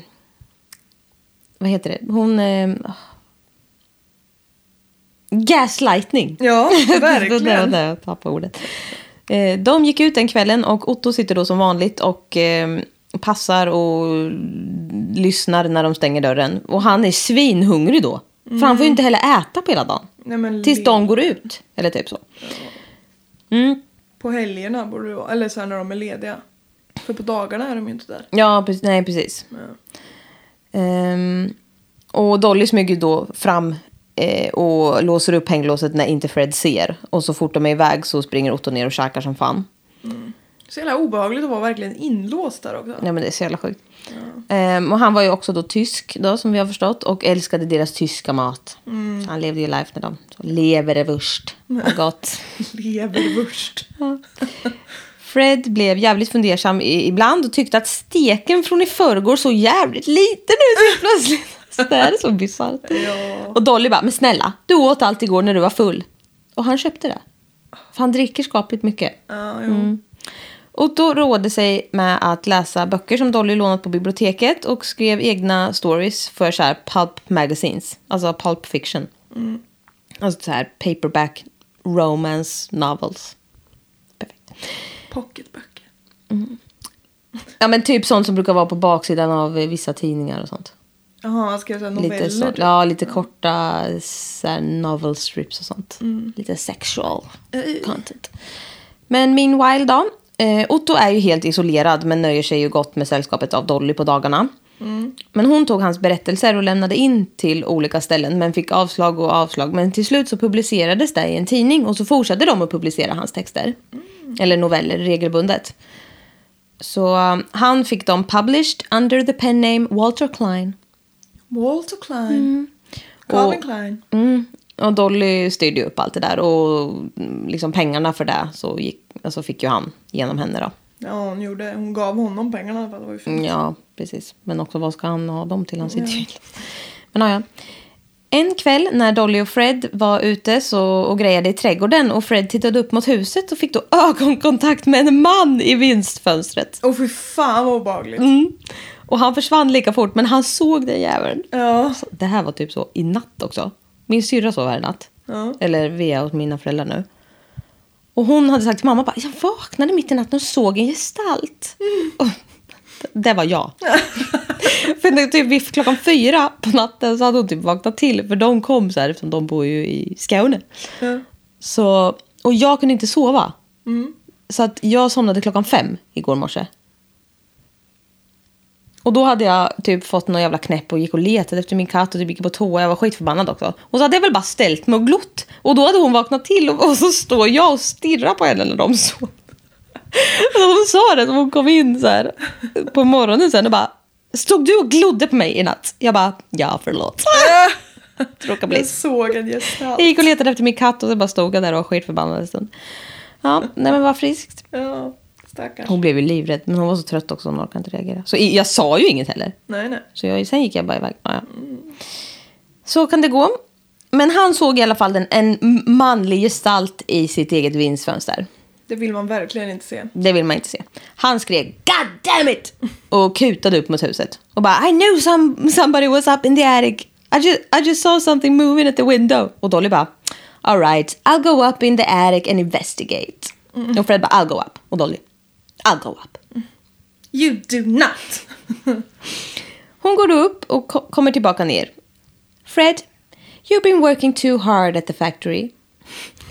Speaker 1: vad heter det? Hon... Eh, gaslightning.
Speaker 2: Ja,
Speaker 1: Det där var
Speaker 2: verkligen.
Speaker 1: där jag tappade ordet. Eh, De gick ut den kvällen och Otto sitter då som vanligt och eh, passar och lyssnar när de stänger dörren. Och han är svinhungrig då. För han får ju inte heller äta på hela dagen.
Speaker 2: Nej, men
Speaker 1: Tills
Speaker 2: le-
Speaker 1: de går ut. Eller typ så. Mm.
Speaker 2: På helgerna borde det vara. Eller så här när de är lediga. För på dagarna är de ju inte där.
Speaker 1: Ja, precis, nej precis.
Speaker 2: Men,
Speaker 1: Ehm, och Dolly smyger ju då fram eh, och låser upp hänglåset när inte Fred ser. Och så fort de är iväg så springer Otto ner och käkar som fan.
Speaker 2: så jävla obehagligt att vara verkligen inlåst där också.
Speaker 1: Ja, men det är så jävla sjukt. Ehm, och han var ju också då tysk då, som vi har förstått. Och älskade deras tyska mat. Så han levde ju life med dem. Så leverwurst var gott.
Speaker 2: Leverwurst.
Speaker 1: Fred blev jävligt fundersam i, ibland och tyckte att steken från i förrgår såg jävligt liten ut helt plötsligt. Så det här är så bisarrt.
Speaker 2: Ja.
Speaker 1: Och Dolly bara, men snälla, du åt allt igår när du var full. Och han köpte det. För han dricker skapligt mycket.
Speaker 2: Ja, jo.
Speaker 1: Mm. Otto rådde sig med att läsa böcker som Dolly lånat på biblioteket och skrev egna stories för så här pulp magazines, alltså pulp fiction. Alltså så här paperback romance novels. Perfekt.
Speaker 2: Pocketböcker.
Speaker 1: Ja men typ sånt som brukar vara på baksidan av eh, vissa tidningar och sånt.
Speaker 2: Jaha, han skrev såhär noveller.
Speaker 1: Lite, så,
Speaker 2: typ.
Speaker 1: ja, lite korta så här, novel strips och sånt. Lite sexual content. Men meanwhile då. Eh, Otto är ju helt isolerad men nöjer sig ju gott med sällskapet av Dolly på dagarna. Men hon tog hans berättelser och lämnade in till olika ställen men fick avslag och avslag. Men till slut så publicerades det i en tidning och så fortsatte de att publicera hans texter. Eller noveller regelbundet. Så eh, han fick dem published under the pen name Walter Klein.
Speaker 2: Walter Klein. Calvin
Speaker 1: Mm. Och-
Speaker 2: Klein.
Speaker 1: Mm. Och Dolly styrde ju upp allt det där och mm, liksom pengarna för det så gick, alltså fick ju han genom henne då.
Speaker 2: Ja, hon, gjorde, hon gav honom pengarna i alla fall. Det
Speaker 1: Mm.
Speaker 2: var ju fint.
Speaker 1: Ja, precis. Men också vad ska han ha dem till? Han sitter ju Men ja, ja. En kväll när Dolly och Fred var ute så, och grejade i trädgården och Fred tittade upp mot huset och fick då ögonkontakt med en man i vinstfönstret.
Speaker 2: Åh fy fan vad obehagligt.
Speaker 1: Mm. Och han försvann lika fort men han såg den jäveln.
Speaker 2: Ja.
Speaker 1: Alltså, det här var typ så i natt också. Min syrra sov här i natt.
Speaker 2: Ja.
Speaker 1: Eller via hos mina föräldrar nu. Och hon hade sagt till mamma bara, jag vaknade mitt i natten och såg en gestalt. Och, det var jag. för det, typ, vid klockan fyra på natten så hade hon typ vaknat till. För de kom så här, eftersom de bor ju i Skåne.
Speaker 2: Ja.
Speaker 1: Så, och jag kunde inte sova.
Speaker 2: Mm.
Speaker 1: Så att jag somnade klockan fem igår morse. Och då hade jag typ fått någon jävla knäpp och gick och letade efter min katt och typ gick på toa. Jag var skitförbannad också. Och så hade jag väl bara ställt mig och glott. Och då hade hon vaknat till och, och så står jag och stirrar på henne när de sov. Och hon sa det när hon kom in så här på morgonen sen och bara Stod du och glodde på mig i natt? Jag bara, ja förlåt. Tråkig blick.
Speaker 2: Jag såg en gestalt.
Speaker 1: Jag gick och letade efter min katt och så bara stod jag där och var skitförbannad en stund. Ja, nej men vad friskt.
Speaker 2: Ja, stackars.
Speaker 1: Hon blev ju livrädd, men hon var så trött också. Hon orkade inte reagera. Så i- jag sa ju inget heller.
Speaker 2: Nej, nej.
Speaker 1: Så jag, sen gick jag bara iväg. Ja, ja. Så kan det gå. Men han såg i alla fall en, en manlig gestalt i sitt eget vindsfönster.
Speaker 2: Det vill man verkligen inte se.
Speaker 1: Det vill man inte se. Han skrek God damn it! Och kutade upp mot huset. Och bara I knew some, somebody was up in the attic. I just, I just saw something moving at the window. Och Dolly bara All right, I'll go up in the attic and investigate. Och Fred bara I'll go up. Och Dolly I'll go up.
Speaker 2: You do not!
Speaker 1: Hon går då upp och ko- kommer tillbaka ner. Fred, you've been working too hard at the factory.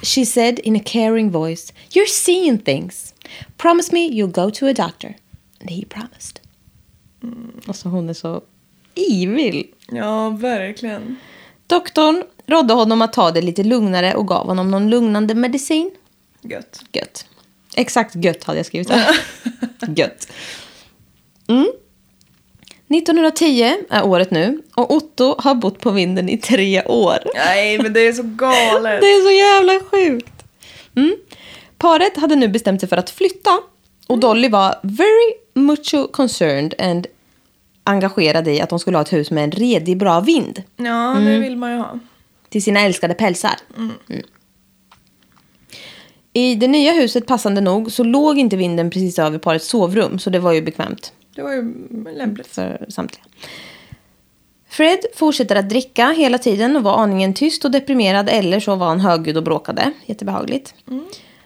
Speaker 1: She said in a caring voice, you're seeing things. Promise me you'll go to a doctor. And he promised. Mm. Alltså hon är så evil.
Speaker 2: Ja, verkligen.
Speaker 1: Doktorn rådde honom att ta det lite lugnare och gav honom någon lugnande medicin.
Speaker 2: Gött.
Speaker 1: Gött. Exakt gött hade jag skrivit här. gött. Mm. 1910 är året nu och Otto har bott på vinden i tre år.
Speaker 2: Nej, men det är så galet.
Speaker 1: Det är så jävla sjukt. Mm. Paret hade nu bestämt sig för att flytta och Dolly var very much concerned and engagerad i att de skulle ha ett hus med en redig bra vind
Speaker 2: Ja,
Speaker 1: Mm.
Speaker 2: det vill man ju ha.
Speaker 1: till sina älskade pälsar. Mm. I det nya huset, passande nog, så låg inte vinden precis över parets sovrum, så det var ju bekvämt
Speaker 2: Det var ju mm, lämpligt.
Speaker 1: för samtliga. Fred fortsätter att dricka hela tiden och var aningen tyst och deprimerad eller så var han högljudd och bråkade. Jättebehagligt.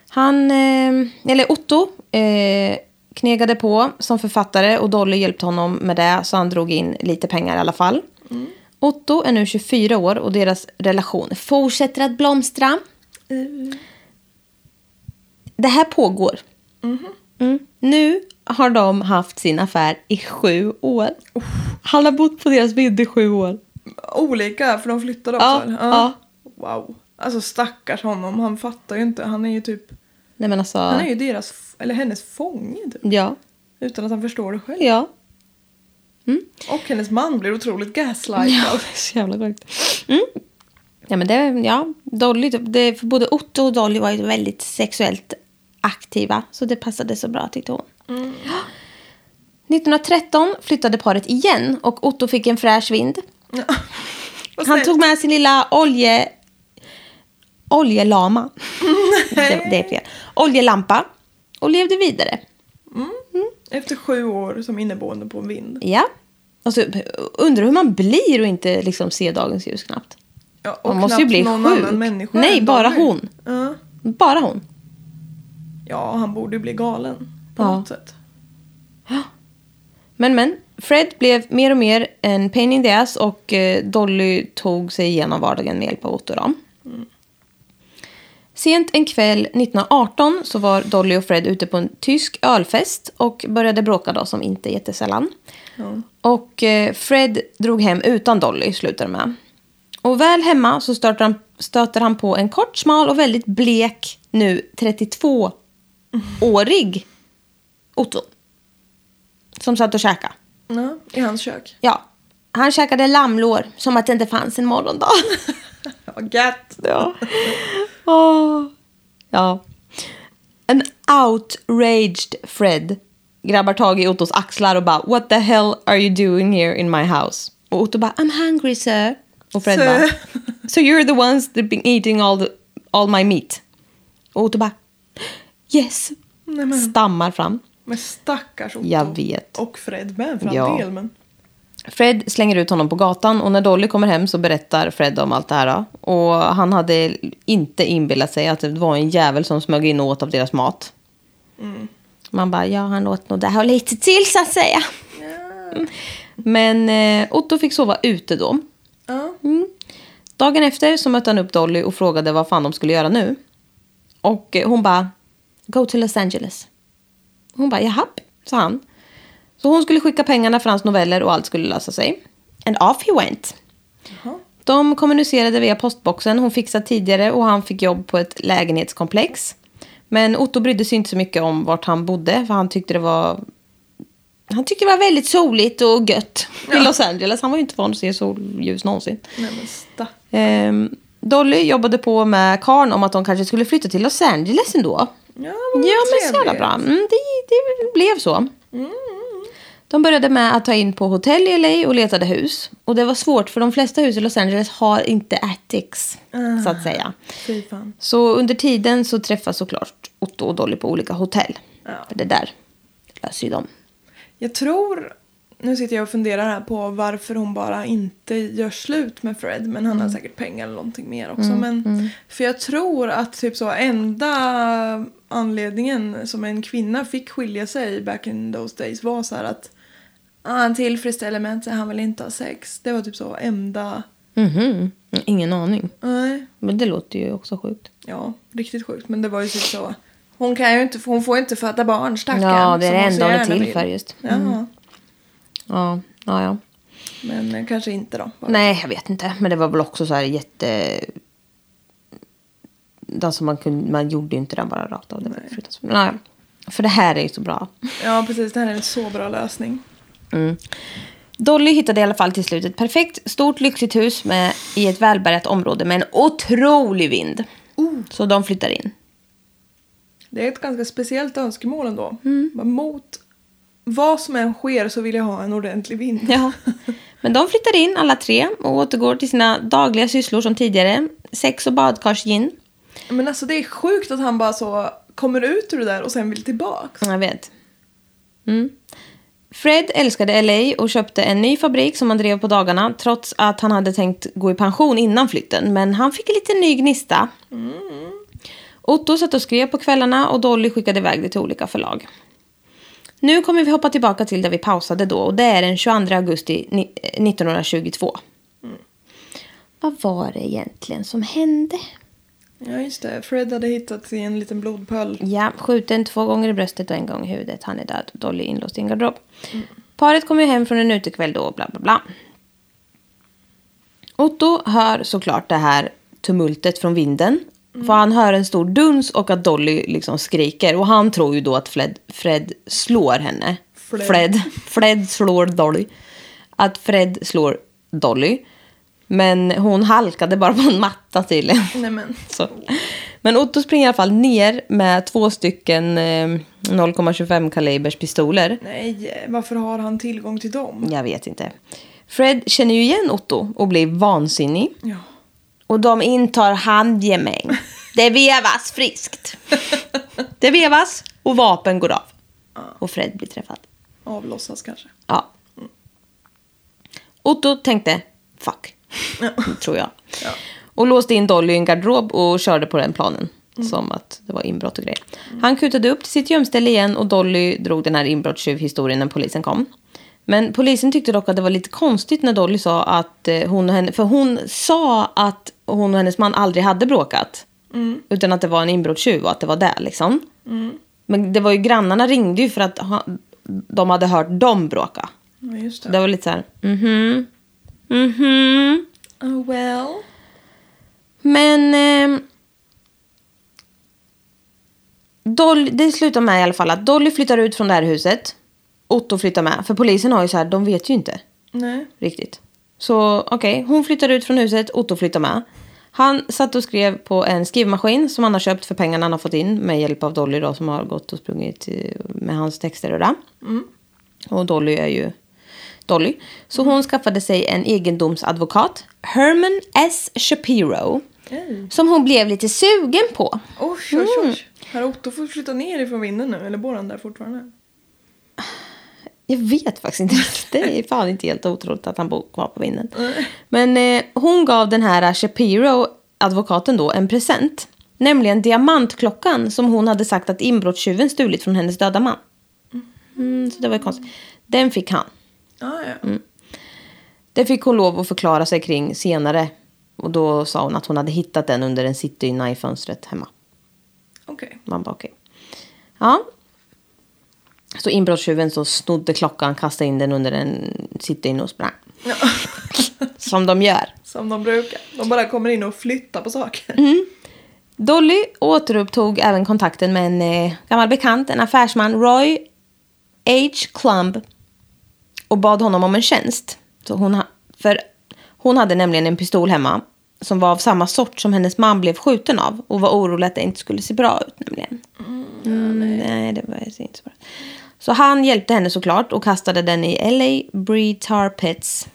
Speaker 1: Han, eh, eller Otto, eh, knegade på som författare och Dolly hjälpte honom med det så han drog in lite pengar i alla fall. Otto är nu 24 år och deras relation fortsätter att blomstra. Det här pågår. Mm. Nu har de haft sin affär i sju år. Han har bott på deras vind i sju år.
Speaker 2: Olika, för de flyttade också.
Speaker 1: Ja,
Speaker 2: eller?
Speaker 1: ja.
Speaker 2: Wow. Alltså stackars honom, han fattar ju inte. Han är ju typ...
Speaker 1: Nej men alltså...
Speaker 2: Han är ju deras, f- eller hennes fånge typ.
Speaker 1: Ja.
Speaker 2: Utan att han förstår det själv.
Speaker 1: Ja.
Speaker 2: Och hennes man blir otroligt
Speaker 1: Ja,
Speaker 2: gaslightad.
Speaker 1: det är så jävla sjukt. Mm. Ja, men det, ja, Dolly, det, för både Otto och Dolly var ju väldigt sexuellt aktiva, så det passade så bra tyckte hon. 1913 flyttade paret igen och Otto fick en fräsch vind.
Speaker 2: Vad
Speaker 1: Han
Speaker 2: snällt.
Speaker 1: tog med sin lilla olje... Oljelama. det, det är fel. Oljelampa. Och levde vidare.
Speaker 2: Mm. Efter sju år som inneboende på en vind.
Speaker 1: Ja. Och så, undrar hur man blir och inte liksom ser dagens ljus knappt.
Speaker 2: Ja, och
Speaker 1: Hon måste ju
Speaker 2: knappt
Speaker 1: bli
Speaker 2: någon
Speaker 1: sjuk.
Speaker 2: annan människa.
Speaker 1: Nej,
Speaker 2: än
Speaker 1: bara
Speaker 2: Dolly.
Speaker 1: hon.
Speaker 2: Ja.
Speaker 1: Bara hon.
Speaker 2: ja, han borde ju bli galen. På
Speaker 1: Ja.
Speaker 2: något sätt.
Speaker 1: Men men, Fred blev mer och mer en pain in the ass och eh, Dolly tog sig igenom vardagen med hjälp av Otto då. Sent en kväll 1918 så var Dolly och Fred ute på en tysk ölfest och började bråka då som inte är jättesällan.
Speaker 2: Ja.
Speaker 1: Och eh, Fred drog hem utan Dolly, slutar det med. Och väl hemma så stöter han, stöter han på en kort, smal och väldigt blek, nu 32-årig Otto. Som satt och käkade.
Speaker 2: Ja, I hans kök.
Speaker 1: Ja, han käkade lammlår som att det inte fanns en morgondag.
Speaker 2: Ja, gatt.
Speaker 1: ja. Åh. ja. En outraged Fred grabbar tag i Ottos axlar och bara What the hell are you doing here in my house? Och Otto bara I'm hungry sir. Och Fred
Speaker 2: Så-
Speaker 1: bara, so you're the ones that been eating all, the, all my meat. Och Otto bara, yes.
Speaker 2: Nej, men-
Speaker 1: Stammar fram.
Speaker 2: Men stackars Otto.
Speaker 1: Jag vet.
Speaker 2: Och Fred med för all
Speaker 1: Ja.
Speaker 2: del. Men
Speaker 1: Fred slänger ut honom på gatan och när Dolly kommer hem så berättar Fred om allt det här. då. Och han hade inte inbillat sig att det var en jävel som smög in och åt av deras mat. Man bara, ja han åt nog det här lite till så att säga. Mm. Men eh, Otto fick sova ute då.
Speaker 2: ja.
Speaker 1: Mm. Dagen efter så mötte han upp Dolly och frågade vad fan de skulle göra nu. Och eh, hon bara, go to Los Angeles. Hon bara, jaha, sa han. Så hon skulle skicka pengarna för hans noveller och allt skulle lösa sig. And off he went.
Speaker 2: Jaha.
Speaker 1: De kommunicerade via postboxen hon fixat tidigare och han fick jobb på ett lägenhetskomplex. Men Otto brydde sig inte så mycket om vart han bodde för han tyckte det var... Han tyckte det var väldigt soligt och gött i Los Angeles. Han var ju inte van att se solljus någonsin.
Speaker 2: Nej men stack.
Speaker 1: Ehm, Dolly jobbade på med Karn om att de kanske skulle flytta till Los Angeles ändå.
Speaker 2: Ja,
Speaker 1: Ja,
Speaker 2: vad
Speaker 1: men så jävla
Speaker 2: trevligt. Mm.
Speaker 1: bra. Mm, det, det blev så. De började med att ta in på hotell i LA och letade hus. Och det var svårt för de flesta hus i Los Angeles har inte attics,
Speaker 2: Ah.
Speaker 1: så att säga.
Speaker 2: Fy fan.
Speaker 1: Så under tiden så träffas såklart Otto och Dolly på olika hotell.
Speaker 2: Ja.
Speaker 1: För det där löser ju de.
Speaker 2: Jag tror, nu sitter jag och funderar här på varför hon bara inte gör slut med Fred. Men han
Speaker 1: Mm.
Speaker 2: har säkert pengar eller någonting mer också. men, För jag tror att typ så enda anledningen som en kvinna fick skilja sig back in those days var så här att ah, han tillfredsställer mig inte, han vill inte ha sex. Det var typ så enda...
Speaker 1: Mhm. Ingen aning.
Speaker 2: Nej.
Speaker 1: Men det låter ju också sjukt.
Speaker 2: Ja, riktigt sjukt. Men det var ju typ så. Hon, kan ju inte, hon får ju inte föda barn, stackarn.
Speaker 1: Ja, det är
Speaker 2: som
Speaker 1: det
Speaker 2: hon så
Speaker 1: enda hon är
Speaker 2: gärna
Speaker 1: till
Speaker 2: vill.
Speaker 1: för just.
Speaker 2: Ja,
Speaker 1: Ja, ja, ja. Mm.
Speaker 2: men eh, kanske inte då. bara.
Speaker 1: Nej, jag vet inte. Men det var väl också så här jätte... Alltså man, kunde, man gjorde ju inte den bara rakt av. Det var fruktansvärt. Nej. För det här är ju så bra. Mm.
Speaker 2: Ja, precis. Det här är en så bra lösning.
Speaker 1: Dolly hittade i alla fall till slut ett perfekt, stort, lyxigt hus med, i ett välbärgat område med en otrolig vind. Så de flyttar in.
Speaker 2: Det är ett ganska speciellt önskemål ändå. Bara Mot vad som än sker så vill jag ha en ordentlig vind.
Speaker 1: Ja. Men de flyttar in alla tre och återgår till sina dagliga sysslor som tidigare. Sex och badkarsgin.
Speaker 2: Men alltså det är sjukt att han bara så kommer ut ur det där och sen vill tillbaks.
Speaker 1: Jag vet. Mm. Fred älskade LA och köpte en ny fabrik som han drev på dagarna trots att han hade tänkt gå i pension innan flytten. Men han fick lite ny gnista. Otto satt och skrev på kvällarna och Dolly skickade iväg det till olika förlag. Nu kommer vi hoppa tillbaka till där vi pausade då och det är den 22 augusti ni- eh, 1922. Vad var det egentligen som hände?
Speaker 2: Ja, just det. Fred hade hittat i en liten blodpöl.
Speaker 1: Ja, skjuten två gånger i bröstet och en gång i huvudet. Han är död. Dolly inlåst i en garderob.
Speaker 2: Mm.
Speaker 1: Paret kommer hem från en utekväll då, bla bla bla. Otto hör såklart det här tumultet från vinden.
Speaker 2: Mm.
Speaker 1: För han hör en stor duns och att Dolly liksom skriker. Och han tror ju då att Fred, Fred slår henne.
Speaker 2: Fred.
Speaker 1: Fred. Fred slår Dolly. Att Fred slår Dolly. Men hon halkade bara på en matta tydligen.
Speaker 2: Nej men.
Speaker 1: Så. Men Otto springer i alla fall ner med två stycken eh, 0,25 kalibers pistoler.
Speaker 2: Nej, varför har han tillgång till dem?
Speaker 1: Jag vet inte. Fred känner ju igen Otto och blir vansinnig.
Speaker 2: Ja.
Speaker 1: Och de intar handgemäng. Det vevas friskt. Det vevas och vapen går av. Och Fred blir träffad.
Speaker 2: Avlossas kanske.
Speaker 1: Ja. Otto tänkte, fuck,
Speaker 2: Ja.
Speaker 1: tror jag.
Speaker 2: Ja.
Speaker 1: Och låste in Dolly i en garderob och körde på den planen.
Speaker 2: Mm.
Speaker 1: Som att det var inbrott och grejer. Han kutade upp till sitt gömställe igen och Dolly drog den här inbrottstjuvhistorien när polisen kom. Men polisen tyckte dock att det var lite konstigt när Dolly sa att eh, hon och henne, för hon sa att hon och hennes man aldrig hade bråkat.
Speaker 2: Mm.
Speaker 1: Utan att det var en inbrottstjuv och att det var det liksom. Men det var ju grannarna ringde ju för att ha, de hade hört dem bråka.
Speaker 2: Ja, just
Speaker 1: Det
Speaker 2: det.
Speaker 1: var lite så här, mhm, mhm.
Speaker 2: Oh well.
Speaker 1: Men... ehm, Dolly, det slutar med i alla fall att Dolly flyttar ut från det här huset. Otto flyttar med. För polisen har ju så här, de vet ju inte
Speaker 2: Nej.
Speaker 1: riktigt. Så okej, hon flyttar ut från huset, Otto flyttar med. Han satt och skrev på en skrivmaskin som han har köpt för pengarna han har fått in med hjälp av Dolly då som har gått och sprungit eh, med hans texter och det. Och Dolly är ju Dolly. Så hon skaffade sig en egendomsadvokat, Herman S. Shapiro. Som hon blev lite sugen på.
Speaker 2: Oj, oj,
Speaker 1: Mm.
Speaker 2: oj. Har Otto fått flytta ner ifrån vinden nu? Eller bor han där fortfarande?
Speaker 1: Jag vet faktiskt inte riktigt. Det är fan inte helt otroligt att han bor kvar på vinden. Men eh, hon gav den här Shapiro, advokaten då, en present. Nämligen diamantklockan som hon hade sagt att inbrottstjuven stulit från hennes döda man. Mm, så det var ju konstigt. Den fick han.
Speaker 2: Ah, ja.
Speaker 1: Mm. Det fick hon lov att förklara sig kring senare. Och då sa hon att hon hade hittat den under en sittdyna i fönstret hemma.
Speaker 2: Okej.
Speaker 1: Man bara okej. Ja. Så inbrottstjuven så snodde klockan, kastade in den under en sittdyna och sprang.
Speaker 2: Ja.
Speaker 1: Som de gör.
Speaker 2: Som de brukar. De bara kommer in och flyttar på saker.
Speaker 1: Mm. Dolly återupptog även kontakten med en eh, gammal bekant, en affärsman, Roy H. Klumb. Och bad honom om en tjänst. Så hon, ha- för hon hade nämligen en pistol hemma som var av samma sort som hennes man blev skjuten av och var orolig att det inte skulle se bra ut nämligen. Mm, nej, det var det ser inte så bra ut. Så han hjälpte henne såklart och kastade den i LA Bree Tar Pits.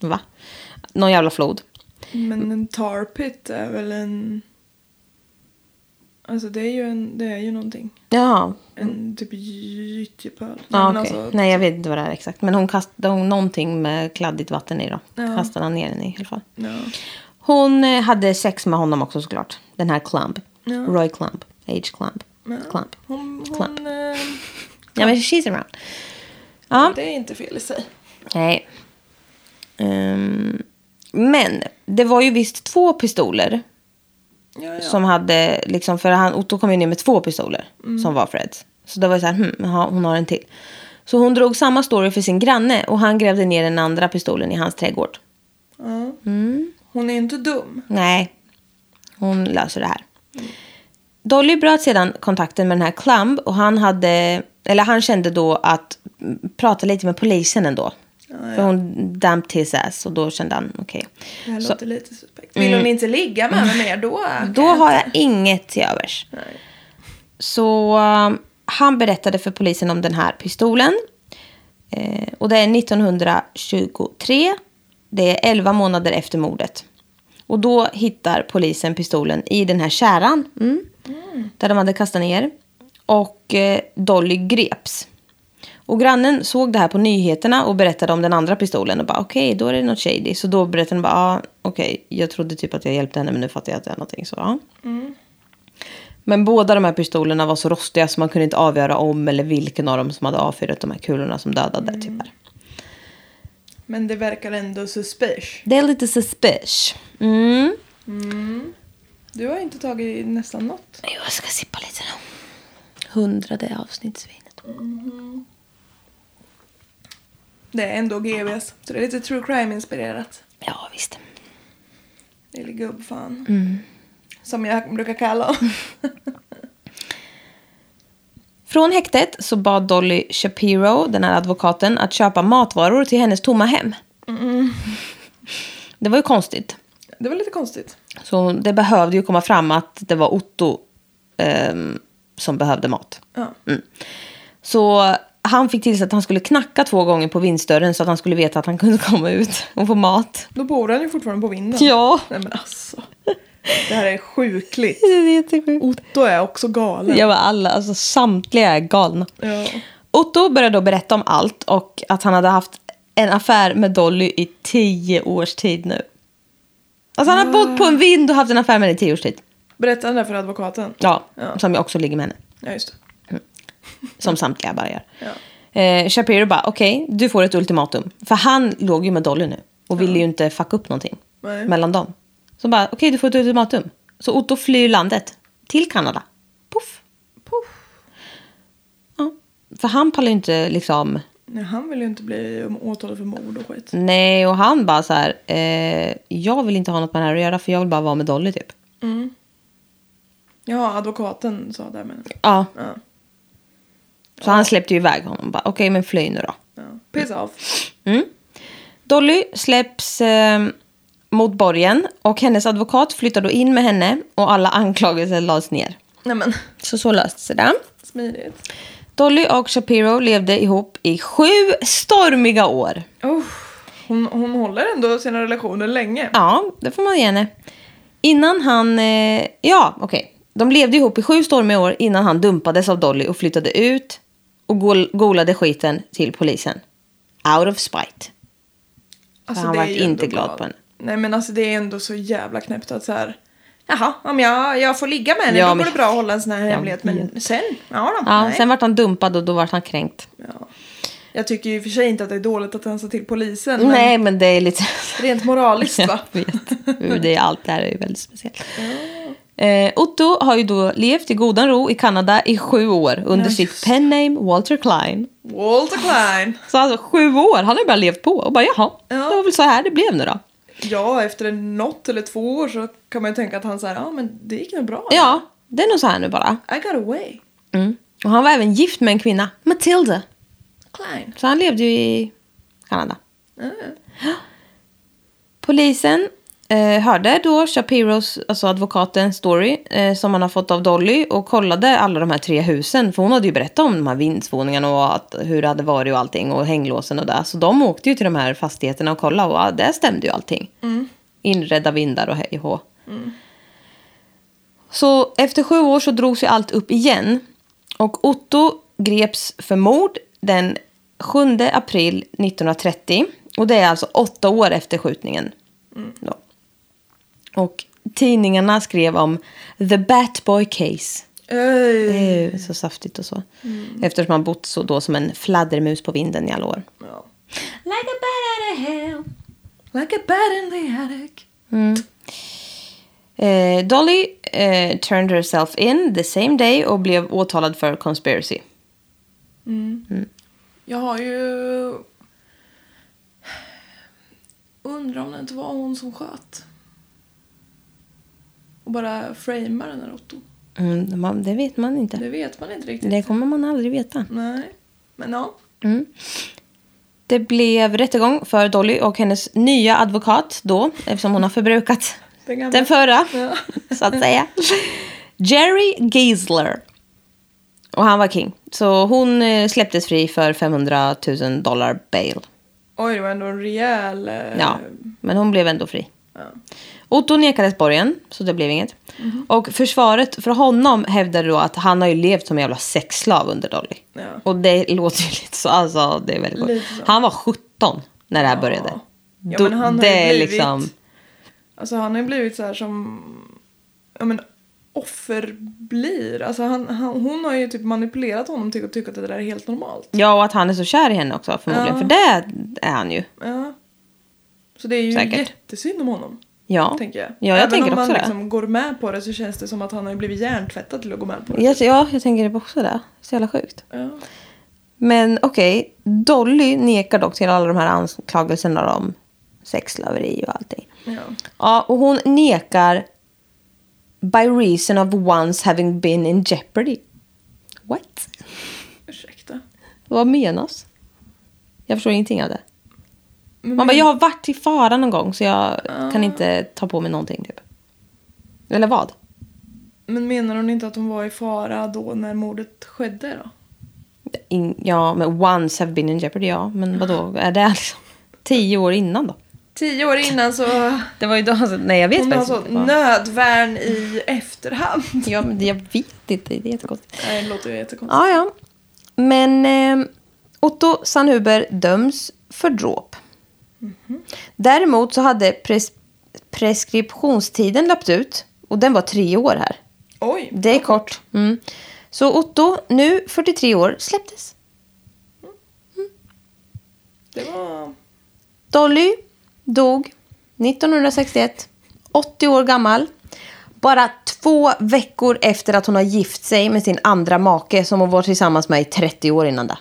Speaker 1: Va? Någon jävla flod.
Speaker 2: Men en tar pit är väl en... Alltså det är ju, en, det är ju någonting.
Speaker 1: Jaha,
Speaker 2: En typ gyttjepöl.
Speaker 1: Ja,
Speaker 2: men
Speaker 1: Mm. Ah,
Speaker 2: alltså-
Speaker 1: okej. Nej, jag vet inte vad det är exakt. Men hon kastade hon, någonting med kladdigt vatten i då.
Speaker 2: Ja.
Speaker 1: Kastade han ner den i i alla fall.
Speaker 2: Ja.
Speaker 1: Hon eh, hade sex med honom också såklart. Den här Clump.
Speaker 2: Ja.
Speaker 1: Roy Clump. H. Clump.
Speaker 2: Men
Speaker 1: Clump.
Speaker 2: Hon,
Speaker 1: Klump.
Speaker 2: hon, eh,
Speaker 1: Ja, men she's around. Ja.
Speaker 2: Det är inte fel i sig.
Speaker 1: Nej. Ehm, men det var ju visst två pistoler.
Speaker 2: Ja, ja.
Speaker 1: Som hade liksom, för han, Otto kom ju ner med två pistoler
Speaker 2: Mm.
Speaker 1: som var Freds. Så det var ju så här, hm, jaha, hon har en till. Så hon drog samma story för sin granne och han grävde ner den andra pistolen i hans trädgård.
Speaker 2: Ja.
Speaker 1: Mm.
Speaker 2: Hon är inte dum.
Speaker 1: Nej, hon löser det här. Dolly bröt sedan kontakten med den här Klumb och han, hade, eller han kände då att mm, prata lite med polisen ändå. För hon damped his ass och då kände han okej.
Speaker 2: Det här
Speaker 1: Så- Mm.
Speaker 2: låter lite suspekt. Vill hon inte ligga med mig mer då?
Speaker 1: Då har jag inget till övers.
Speaker 2: Nej.
Speaker 1: Så um, han berättade för polisen om den här pistolen. Eh, och det är 1923. Det är 11 månader efter mordet. Och då hittar polisen pistolen i den här kärran. Mm, Där de hade kastat ner. Och eh, Dolly greps. Och grannen såg det här på nyheterna och berättade om den andra pistolen och bara okej, då är det något shady. Så då berättade han bara, ah, okej, jag trodde typ att jag hjälpte henne men nu fattar jag att det är någonting. Så, ja. Men båda de här pistolerna var så rostiga så man kunde inte avgöra om eller vilken av dem som hade avfyrat de här kulorna som dödade typ. tyvärr.
Speaker 2: Men det verkar ändå suspicious.
Speaker 1: Det är lite suspicious. Mm.
Speaker 2: Du har inte tagit nästan något.
Speaker 1: Jag ska sippa lite nu. Hundrade avsnittsvinet.
Speaker 2: Det är ändå GBs. Så det är lite true crime-inspirerat.
Speaker 1: Ja, visst.
Speaker 2: Lille gubbfan.
Speaker 1: Mm.
Speaker 2: Som jag brukar kalla honom.
Speaker 1: Från häktet så bad Dolly Shapiro, den här advokaten, att köpa matvaror till hennes tomma hem. Mm. Det var ju konstigt.
Speaker 2: Det var lite konstigt.
Speaker 1: Så det behövde ju komma fram att det var Otto ehm, som behövde mat.
Speaker 2: Ja.
Speaker 1: Mm. Så han fick till sig att han skulle knacka två gånger på vindsdörren så att han skulle veta att han kunde komma ut och få mat.
Speaker 2: Då bor han ju fortfarande på vinden.
Speaker 1: Ja.
Speaker 2: Nej men alltså. Det här är sjukligt.
Speaker 1: Det är jättesjukt.
Speaker 2: Otto är också galen.
Speaker 1: Jag var alla, alltså samtliga är galna.
Speaker 2: Ja.
Speaker 1: Otto började då berätta om allt och att han hade haft en affär med Dolly i tio års tid nu. Alltså han har bott på en vind och haft en affär med henne i tio års tid.
Speaker 2: Berätta den där för advokaten.
Speaker 1: Ja,
Speaker 2: Ja.
Speaker 1: som jag också ligger med henne.
Speaker 2: Ja, just det.
Speaker 1: Som samtliga bara gör.
Speaker 2: Ja.
Speaker 1: Eh, Shapiro bara, okej, du får ett ultimatum. För han låg ju med Dolly nu och ville ju inte fucka upp någonting
Speaker 2: Nej.
Speaker 1: mellan dem. Så bara, okej, du får ett ultimatum. Så Otto flyr landet till Kanada. Puff.
Speaker 2: Puff.
Speaker 1: Ja. För han pallar ju inte liksom...
Speaker 2: Nej, han vill ju inte bli åtalad för mord och skit.
Speaker 1: Nej, och han bara så här, eh, jag vill inte ha något med det här att göra för jag vill bara vara med Dolly typ.
Speaker 2: Mm. Ja, advokaten sa det men.
Speaker 1: Ja,
Speaker 2: Ja.
Speaker 1: så han släppte ju iväg honom. Bara, Okej, men fly nu då.
Speaker 2: ja. Piss off.
Speaker 1: Mm. Dolly släpps eh, mot borgen och hennes advokat flyttar då in med henne och alla anklagelser lades ner.
Speaker 2: Nej men,
Speaker 1: Så så löste sig det.
Speaker 2: smidigt.
Speaker 1: Dolly och Shapiro levde ihop i sju stormiga år.
Speaker 2: Oh, hon, hon håller ändå sina relationer länge.
Speaker 1: Ja, det får man ge henne. Innan han... Eh, ja, okej. De levde ihop i sju stormiga år innan han dumpades av Dolly och flyttade ut och gol- golade skiten till polisen. Out of spite. han
Speaker 2: Alltså, det är
Speaker 1: vart
Speaker 2: ju ändå
Speaker 1: inte glad
Speaker 2: bara-
Speaker 1: på henne.
Speaker 2: Nej men alltså det är ändå så jävla knäppt att så här. Jaha, om jag, jag får ligga med henne
Speaker 1: Ja,
Speaker 2: då
Speaker 1: men-
Speaker 2: går det bra att hålla en sån här hemlighet. Men sen? Ja, då,
Speaker 1: Ja,
Speaker 2: nej.
Speaker 1: sen vart han dumpad och då vart han kränkt.
Speaker 2: Ja. Jag tycker ju i och för sig inte att det är dåligt att han sa till polisen.
Speaker 1: Nej, men det är lite...
Speaker 2: Men rent moraliskt va?
Speaker 1: Mm. Jag vet. Det är, allt det här är ju väldigt speciellt. Eh, Otto har ju då levt i godan ro i Kanada i sju år under sitt pen name Walter Klein.
Speaker 2: Walter Klein.
Speaker 1: Så alltså sju år, han har ju bara levt på och bara jaha,
Speaker 2: Ja.
Speaker 1: det var väl så här det blev nu då.
Speaker 2: Ja, efter en- något eller två år så kan man ju tänka att han säger ja men det gick nog bra.
Speaker 1: Ja, det är nog så här nu bara.
Speaker 2: I got away.
Speaker 1: Mm. Och han var även gift med en kvinna, Matilda.
Speaker 2: Klein.
Speaker 1: Så han levde ju i Kanada.
Speaker 2: Mm.
Speaker 1: Polisen eh, hörde då Shapiros, alltså advokatens story eh, som han har fått av Dolly och kollade alla de här tre husen. För hon hade ju berättat om de här vindsvåningarna och att, hur det hade varit och allting och hänglåsen och det. Så de åkte ju till de här fastigheterna och kollade och ah, där stämde ju allting.
Speaker 2: Mm.
Speaker 1: Inredda vindar och hej och hå. Så efter sju år så drogs ju allt upp igen. Och Otto greps för mord den 7 april 1930. Och det är alltså åtta år efter skjutningen. Då. Och tidningarna skrev om The Batboy Case. Det
Speaker 2: Öj.
Speaker 1: är ju så saftigt och så. Eftersom han bott så då som en fladdermus på vinden i alla år.
Speaker 2: Ja.
Speaker 1: Like a bat out of hell.
Speaker 2: Like a bat in the attic.
Speaker 1: Mm. Eh, Dolly eh, turned herself in the same day och blev åtalad för conspiracy.
Speaker 2: Jag har ju... Undrar om det inte var hon som sköt. Och bara framade den här Otto.
Speaker 1: Mm, man, det vet man inte.
Speaker 2: Det vet man inte riktigt.
Speaker 1: Det kommer man aldrig veta.
Speaker 2: Nej. Men ja.
Speaker 1: Mm. Det blev rättegång för Dolly och hennes nya advokat då, eftersom hon har förbrukat
Speaker 2: Den gamla.
Speaker 1: den förra,
Speaker 2: Ja.
Speaker 1: så att säga. Jerry Geisler. Och han var king. Så hon eh, släpptes fri för 500 000 dollar bail.
Speaker 2: Oj, det var ändå en rejäl... eh,
Speaker 1: Ja, men hon blev ändå fri.
Speaker 2: ja.
Speaker 1: Otto nekades borgen, så det blev inget.
Speaker 2: Mhm.
Speaker 1: Och försvaret för honom hävdade då att han har ju levt som en jävla sexslav under Dolly.
Speaker 2: Ja.
Speaker 1: Och det låter ju lite så, alltså det är väldigt sjukt.
Speaker 2: Lite så.
Speaker 1: Han var 17 när det här började.
Speaker 2: Ja,
Speaker 1: Då-
Speaker 2: men han har
Speaker 1: det
Speaker 2: ju
Speaker 1: är
Speaker 2: blivit-
Speaker 1: liksom-
Speaker 2: Alltså han har ju blivit så här som... Ja men offer blir. Alltså han, han, hon har ju typ manipulerat honom till att tycka att det där är helt normalt.
Speaker 1: Ja, och att han är så kär i henne också förmodligen.
Speaker 2: Ja.
Speaker 1: För det är han ju.
Speaker 2: Ja. Så det är ju
Speaker 1: Säkert.
Speaker 2: jättesynd om honom.
Speaker 1: Ja,
Speaker 2: Tänker jag.
Speaker 1: ja jag
Speaker 2: Även
Speaker 1: tänker
Speaker 2: om man
Speaker 1: också det.
Speaker 2: liksom går med på det så känns det som att han har ju blivit hjärntvättad till att gå med på det.
Speaker 1: Jag, ja, jag tänker också det. Så jävla sjukt.
Speaker 2: Ja.
Speaker 1: Men okej, Dolly nekar dock till alla de här anklagelserna om sexslaveri och allting.
Speaker 2: Ja.
Speaker 1: Ja, och hon nekar by reason of once having been in jeopardy. What?
Speaker 2: Ursäkta.
Speaker 1: Vad menas? Jag förstår ingenting av det.
Speaker 2: Men,
Speaker 1: Man bara, jag har varit i fara någon gång så jag kan inte ta på mig någonting typ. Eller vad?
Speaker 2: men menar hon inte att hon var i fara då när mordet skedde då?
Speaker 1: In, ja, men once have been in jeopardy, ja. Men vadå, är det liksom tio år innan då?
Speaker 2: Tio år innan så...
Speaker 1: Det var ju då, nej jag vet
Speaker 2: Hon har
Speaker 1: faktiskt
Speaker 2: så
Speaker 1: inte. vad-
Speaker 2: nödvärn i efterhand.
Speaker 1: Ja, men jag vet inte, det är jättekonstigt.
Speaker 2: Nej, det låter ju jättekonstigt.
Speaker 1: Ja, ja. Men eh, Otto Sandhuber döms för dråp. Däremot så hade pres- preskriptionstiden löpt ut och den var tre år här.
Speaker 2: Oj.
Speaker 1: Det är kort. Mm. Så Otto, nu 43 år, släpptes.
Speaker 2: Det var...
Speaker 1: Dolly dog 1961, 80 år gammal. Bara två veckor efter att hon har gift sig med sin andra make som hon var tillsammans med i 30 år innan det.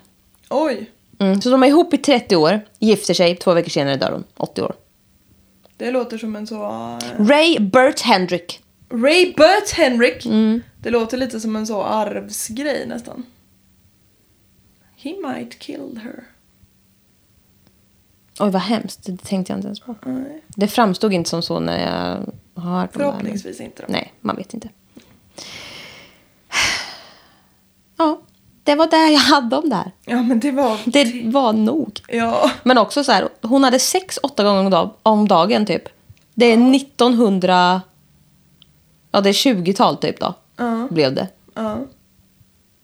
Speaker 2: Oj.
Speaker 1: Mm, så de är ihop i 30 år, gifter sig, två veckor senare dör hon, 80 år.
Speaker 2: Det låter som en så... eh,
Speaker 1: Ray Burt Hendrick.
Speaker 2: Ray Burt Henrik. Det låter lite som en så arvsgrej nästan. He might killed her.
Speaker 1: Oj, vad hemskt. Det tänkte jag inte ens på.
Speaker 2: Nej.
Speaker 1: Det framstod inte som så när jag har hört om det här, men-
Speaker 2: Förhoppningsvis inte då.
Speaker 1: Nej, man vet inte. Ja, det det var det jag hade om det här.
Speaker 2: Ja men det var...
Speaker 1: Det var nog.
Speaker 2: Ja.
Speaker 1: Men också så här, hon hade sex åtta gånger om dag- om dagen typ. Det är 1900... Ja, det är 20-tal typ då.
Speaker 2: Ja.
Speaker 1: Blev det.
Speaker 2: ja.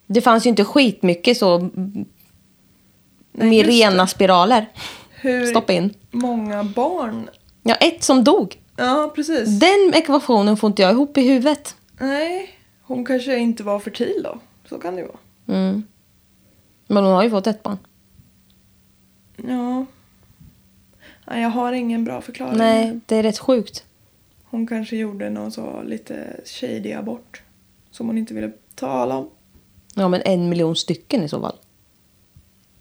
Speaker 1: Det fanns ju inte skitmycket så... mm, med
Speaker 2: just det.
Speaker 1: rena spiraler.
Speaker 2: Hur
Speaker 1: Stoppa in.
Speaker 2: många barn...
Speaker 1: Ja, ett som dog.
Speaker 2: Ja precis.
Speaker 1: Den ekvationen får inte jag ihop i huvudet.
Speaker 2: Nej. Hon kanske inte var fertil då. Så kan det ju vara.
Speaker 1: Mm. Men hon har ju fått ett barn.
Speaker 2: Ja. Nej, jag har ingen bra förklaring.
Speaker 1: Nej, det är rätt sjukt.
Speaker 2: Hon kanske gjorde någon så lite shady abort. Som hon inte ville tala om.
Speaker 1: Ja, men en miljon stycken i så fall.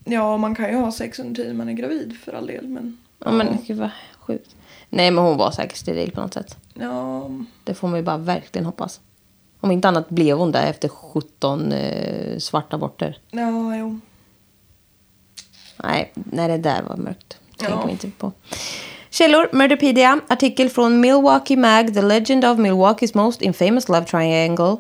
Speaker 2: Ja, man kan ju ha sex under tiden man är gravid för all del. Men
Speaker 1: Ja, men gud vad sjukt. Nej, men hon var säkert steril på något sätt.
Speaker 2: ja,
Speaker 1: Det får man ju bara verkligen hoppas. Om inte annat blev hon där efter 17 eh, svarta aborter.
Speaker 2: ja, jo.
Speaker 1: Nej, nej, det där var mörkt. Tänker
Speaker 2: Ja.
Speaker 1: vi inte på. Källor, Murderpedia, artikel från Milwaukee Mag, The Legend of Milwaukee's Most Infamous Love Triangle.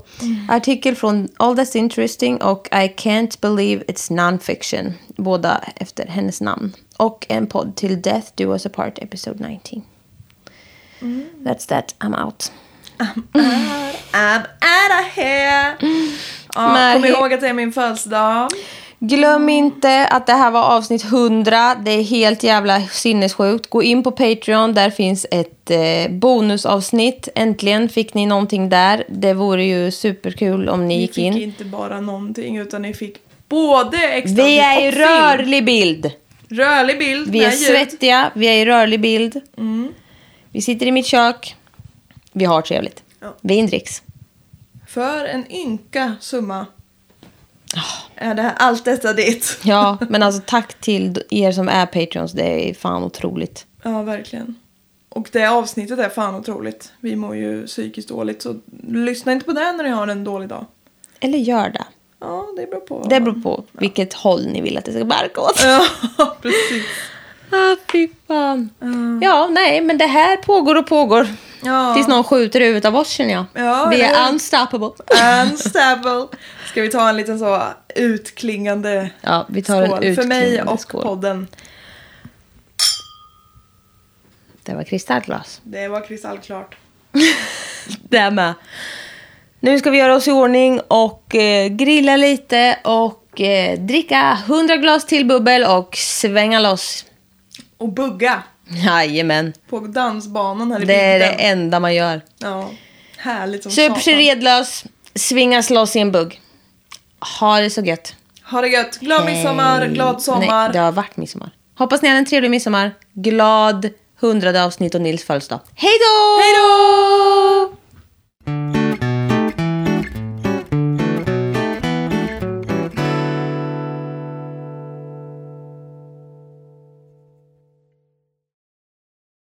Speaker 1: Artikel från All That's Interesting och I Can't Believe It's Non-Fiction. Båda efter hennes namn. Och en podd till Death Do Us Apart, Episode 19. That's that, I'm out.
Speaker 2: I'm outta here! Ja,
Speaker 1: Men-
Speaker 2: kom ihåg att det är min födelsedag.
Speaker 1: Glöm inte att det här var avsnitt 100. Det är helt jävla sinnessjukt. Gå in på Patreon. Där finns ett eh, bonusavsnitt. Äntligen fick ni någonting där. Det vore ju superkul om ni
Speaker 2: Ni
Speaker 1: gick
Speaker 2: fick
Speaker 1: in.
Speaker 2: inte bara någonting utan ni fick både extra
Speaker 1: Vi är i
Speaker 2: och film.
Speaker 1: rörlig bild.
Speaker 2: Rörlig bild
Speaker 1: Vi är
Speaker 2: med ljud. Mm.
Speaker 1: svettiga. Vi är i rörlig bild. Vi sitter i mitt kök. Vi har trevligt.
Speaker 2: Ja.
Speaker 1: Vin dricks.
Speaker 2: För en ynka summa är det här, allt detta ditt.
Speaker 1: Ah, Ja, men alltså tack till er som är Patreons. Det är fan otroligt.
Speaker 2: Ja, verkligen. Och det avsnittet är fan otroligt. Vi mår ju psykiskt dåligt så lyssna inte på det när ni har en dålig dag.
Speaker 1: Eller gör det.
Speaker 2: Ja, det beror på.
Speaker 1: Det beror på vilket håll ni vill att det ska barka åt.
Speaker 2: Ja, precis.
Speaker 1: Ah, fy fan. Ja, nej, men det här pågår och pågår.
Speaker 2: Ja.
Speaker 1: Tills någon skjuter i huvudet av oss känner jag.
Speaker 2: Ja,
Speaker 1: Vi
Speaker 2: eller
Speaker 1: är
Speaker 2: hur?
Speaker 1: unstoppable.
Speaker 2: Unstable. Ska vi ta en liten så utklingande
Speaker 1: Ja, vi tar en
Speaker 2: skål? För mig
Speaker 1: utklingande
Speaker 2: och
Speaker 1: skål.
Speaker 2: podden.
Speaker 1: Det var kristallglas.
Speaker 2: Det var kristallklart.
Speaker 1: Det med. Nu ska vi göra oss i ordning och eh, grilla lite och eh, dricka 100 glas till bubbel och svänga loss.
Speaker 2: Och bugga
Speaker 1: Jajamän.
Speaker 2: på dansbanan här i
Speaker 1: Det är det
Speaker 2: bygden.
Speaker 1: enda man gör.
Speaker 2: Ja, härligt som
Speaker 1: Super sig
Speaker 2: satan.
Speaker 1: redlös, svingas loss i en bugg. Ha det så gött.
Speaker 2: Ha det gött. Glad midsommar,
Speaker 1: Hej.
Speaker 2: glad sommar.
Speaker 1: Nej, det har varit midsommar. Hoppas ni hade en trevlig midsommar. Glad hundrade avsnitt och Nils födelsedag. Hej då!
Speaker 2: Hej då!